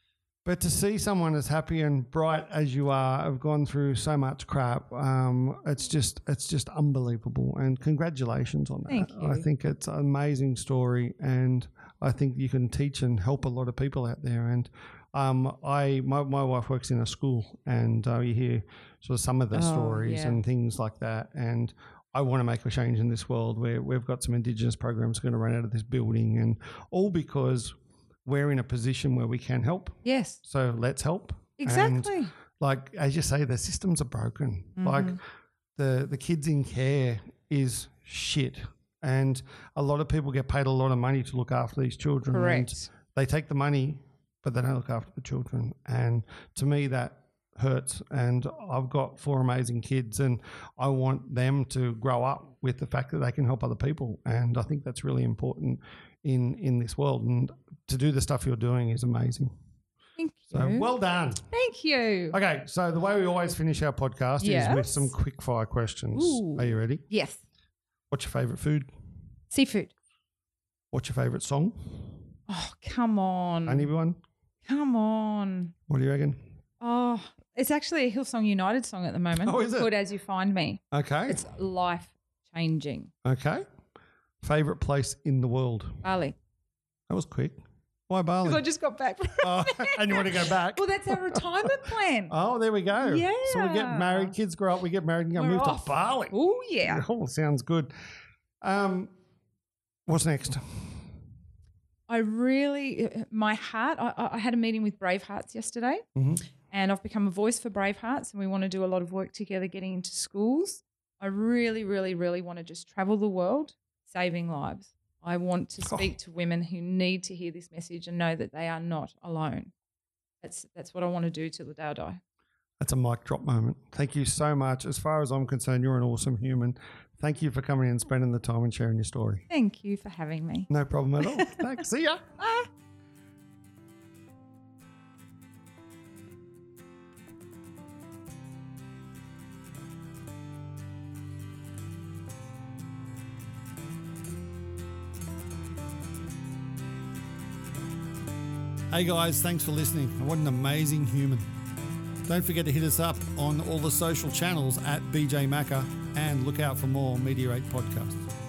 S5: but to see someone as happy and bright as you are, have gone through so much crap. Um, it's just, it's just unbelievable. And congratulations on that.
S3: Thank you.
S5: I think it's an amazing story, and I think you can teach and help a lot of people out there. And um, I, my, my wife works in a school, and uh, you hear sort of some of the
S3: Oh,
S5: stories
S3: yeah.
S5: and things like that. And I want to make a change in this world where we've got some Indigenous programs going to run out of this building, and all because. We're in a position where we can help
S3: Yes,
S5: so let's help. And,
S3: exactly. Mm-hmm.
S5: like as you say, the systems are broken. Like the the kids in care is shit, and a lot of people get paid a lot of money to look after these children. and
S3: Correct.
S5: they take the money, but they don't look after the children. And to me, that hurts. And I've got four amazing kids, and I want them to grow up with the fact that they can help other people. And I think that's really important in in this world. And to do the stuff you're doing is amazing.
S3: Thank you.
S5: So well done.
S3: Thank you.
S5: Okay, so the way we always finish our podcast is with
S3: Yes.
S5: some quick fire questions.
S3: Ooh.
S5: Are you ready?
S3: Yes,
S5: What's your favorite food?
S3: seafood.
S5: What's your favorite song?
S3: Oh, come on.
S5: Anyone?
S3: Come on.
S5: What do you reckon?
S3: Oh, it's actually a Hillsong United song at the moment.
S5: Oh, is it?
S3: Called As You Find Me.
S5: Okay.
S3: It's life changing.
S5: okay. Favorite place in the world?
S3: Bali.
S5: That was quick. Why
S3: Because I
S5: Bali?
S3: just got back. from-
S5: Oh, and you want to go back?
S3: well, that's our retirement plan.
S5: Oh, there we go. So we get
S3: Yeah.
S5: married, kids grow up, we get married, and go
S3: We're
S5: move
S3: off.
S5: to Bali.
S3: Oh, yeah.
S5: Oh, sounds good. Um, what's next?
S3: I really, my heart, I- I, I had a meeting with Brave Hearts yesterday,
S5: Mhm.
S3: and I've become a voice for Brave Hearts, and we want to do a lot of work together getting into schools. I really, really, really want to just travel the world saving lives. I want to
S5: Oh.
S3: speak to women who need to hear this message and know that they are not alone. That's, that's what I want to do till the day I die.
S5: That's a mic drop moment. Thank you so much. As far as I'm concerned, you're an awesome human. Thank you for coming in and spending the time and sharing your story.
S3: Thank you for having me.
S5: No problem at all. Thanks. See ya.
S4: Hey guys, thanks for listening. What an amazing human. Don't forget to hit us up on all the social channels at BJ Macca and look out for more Meteorate podcasts.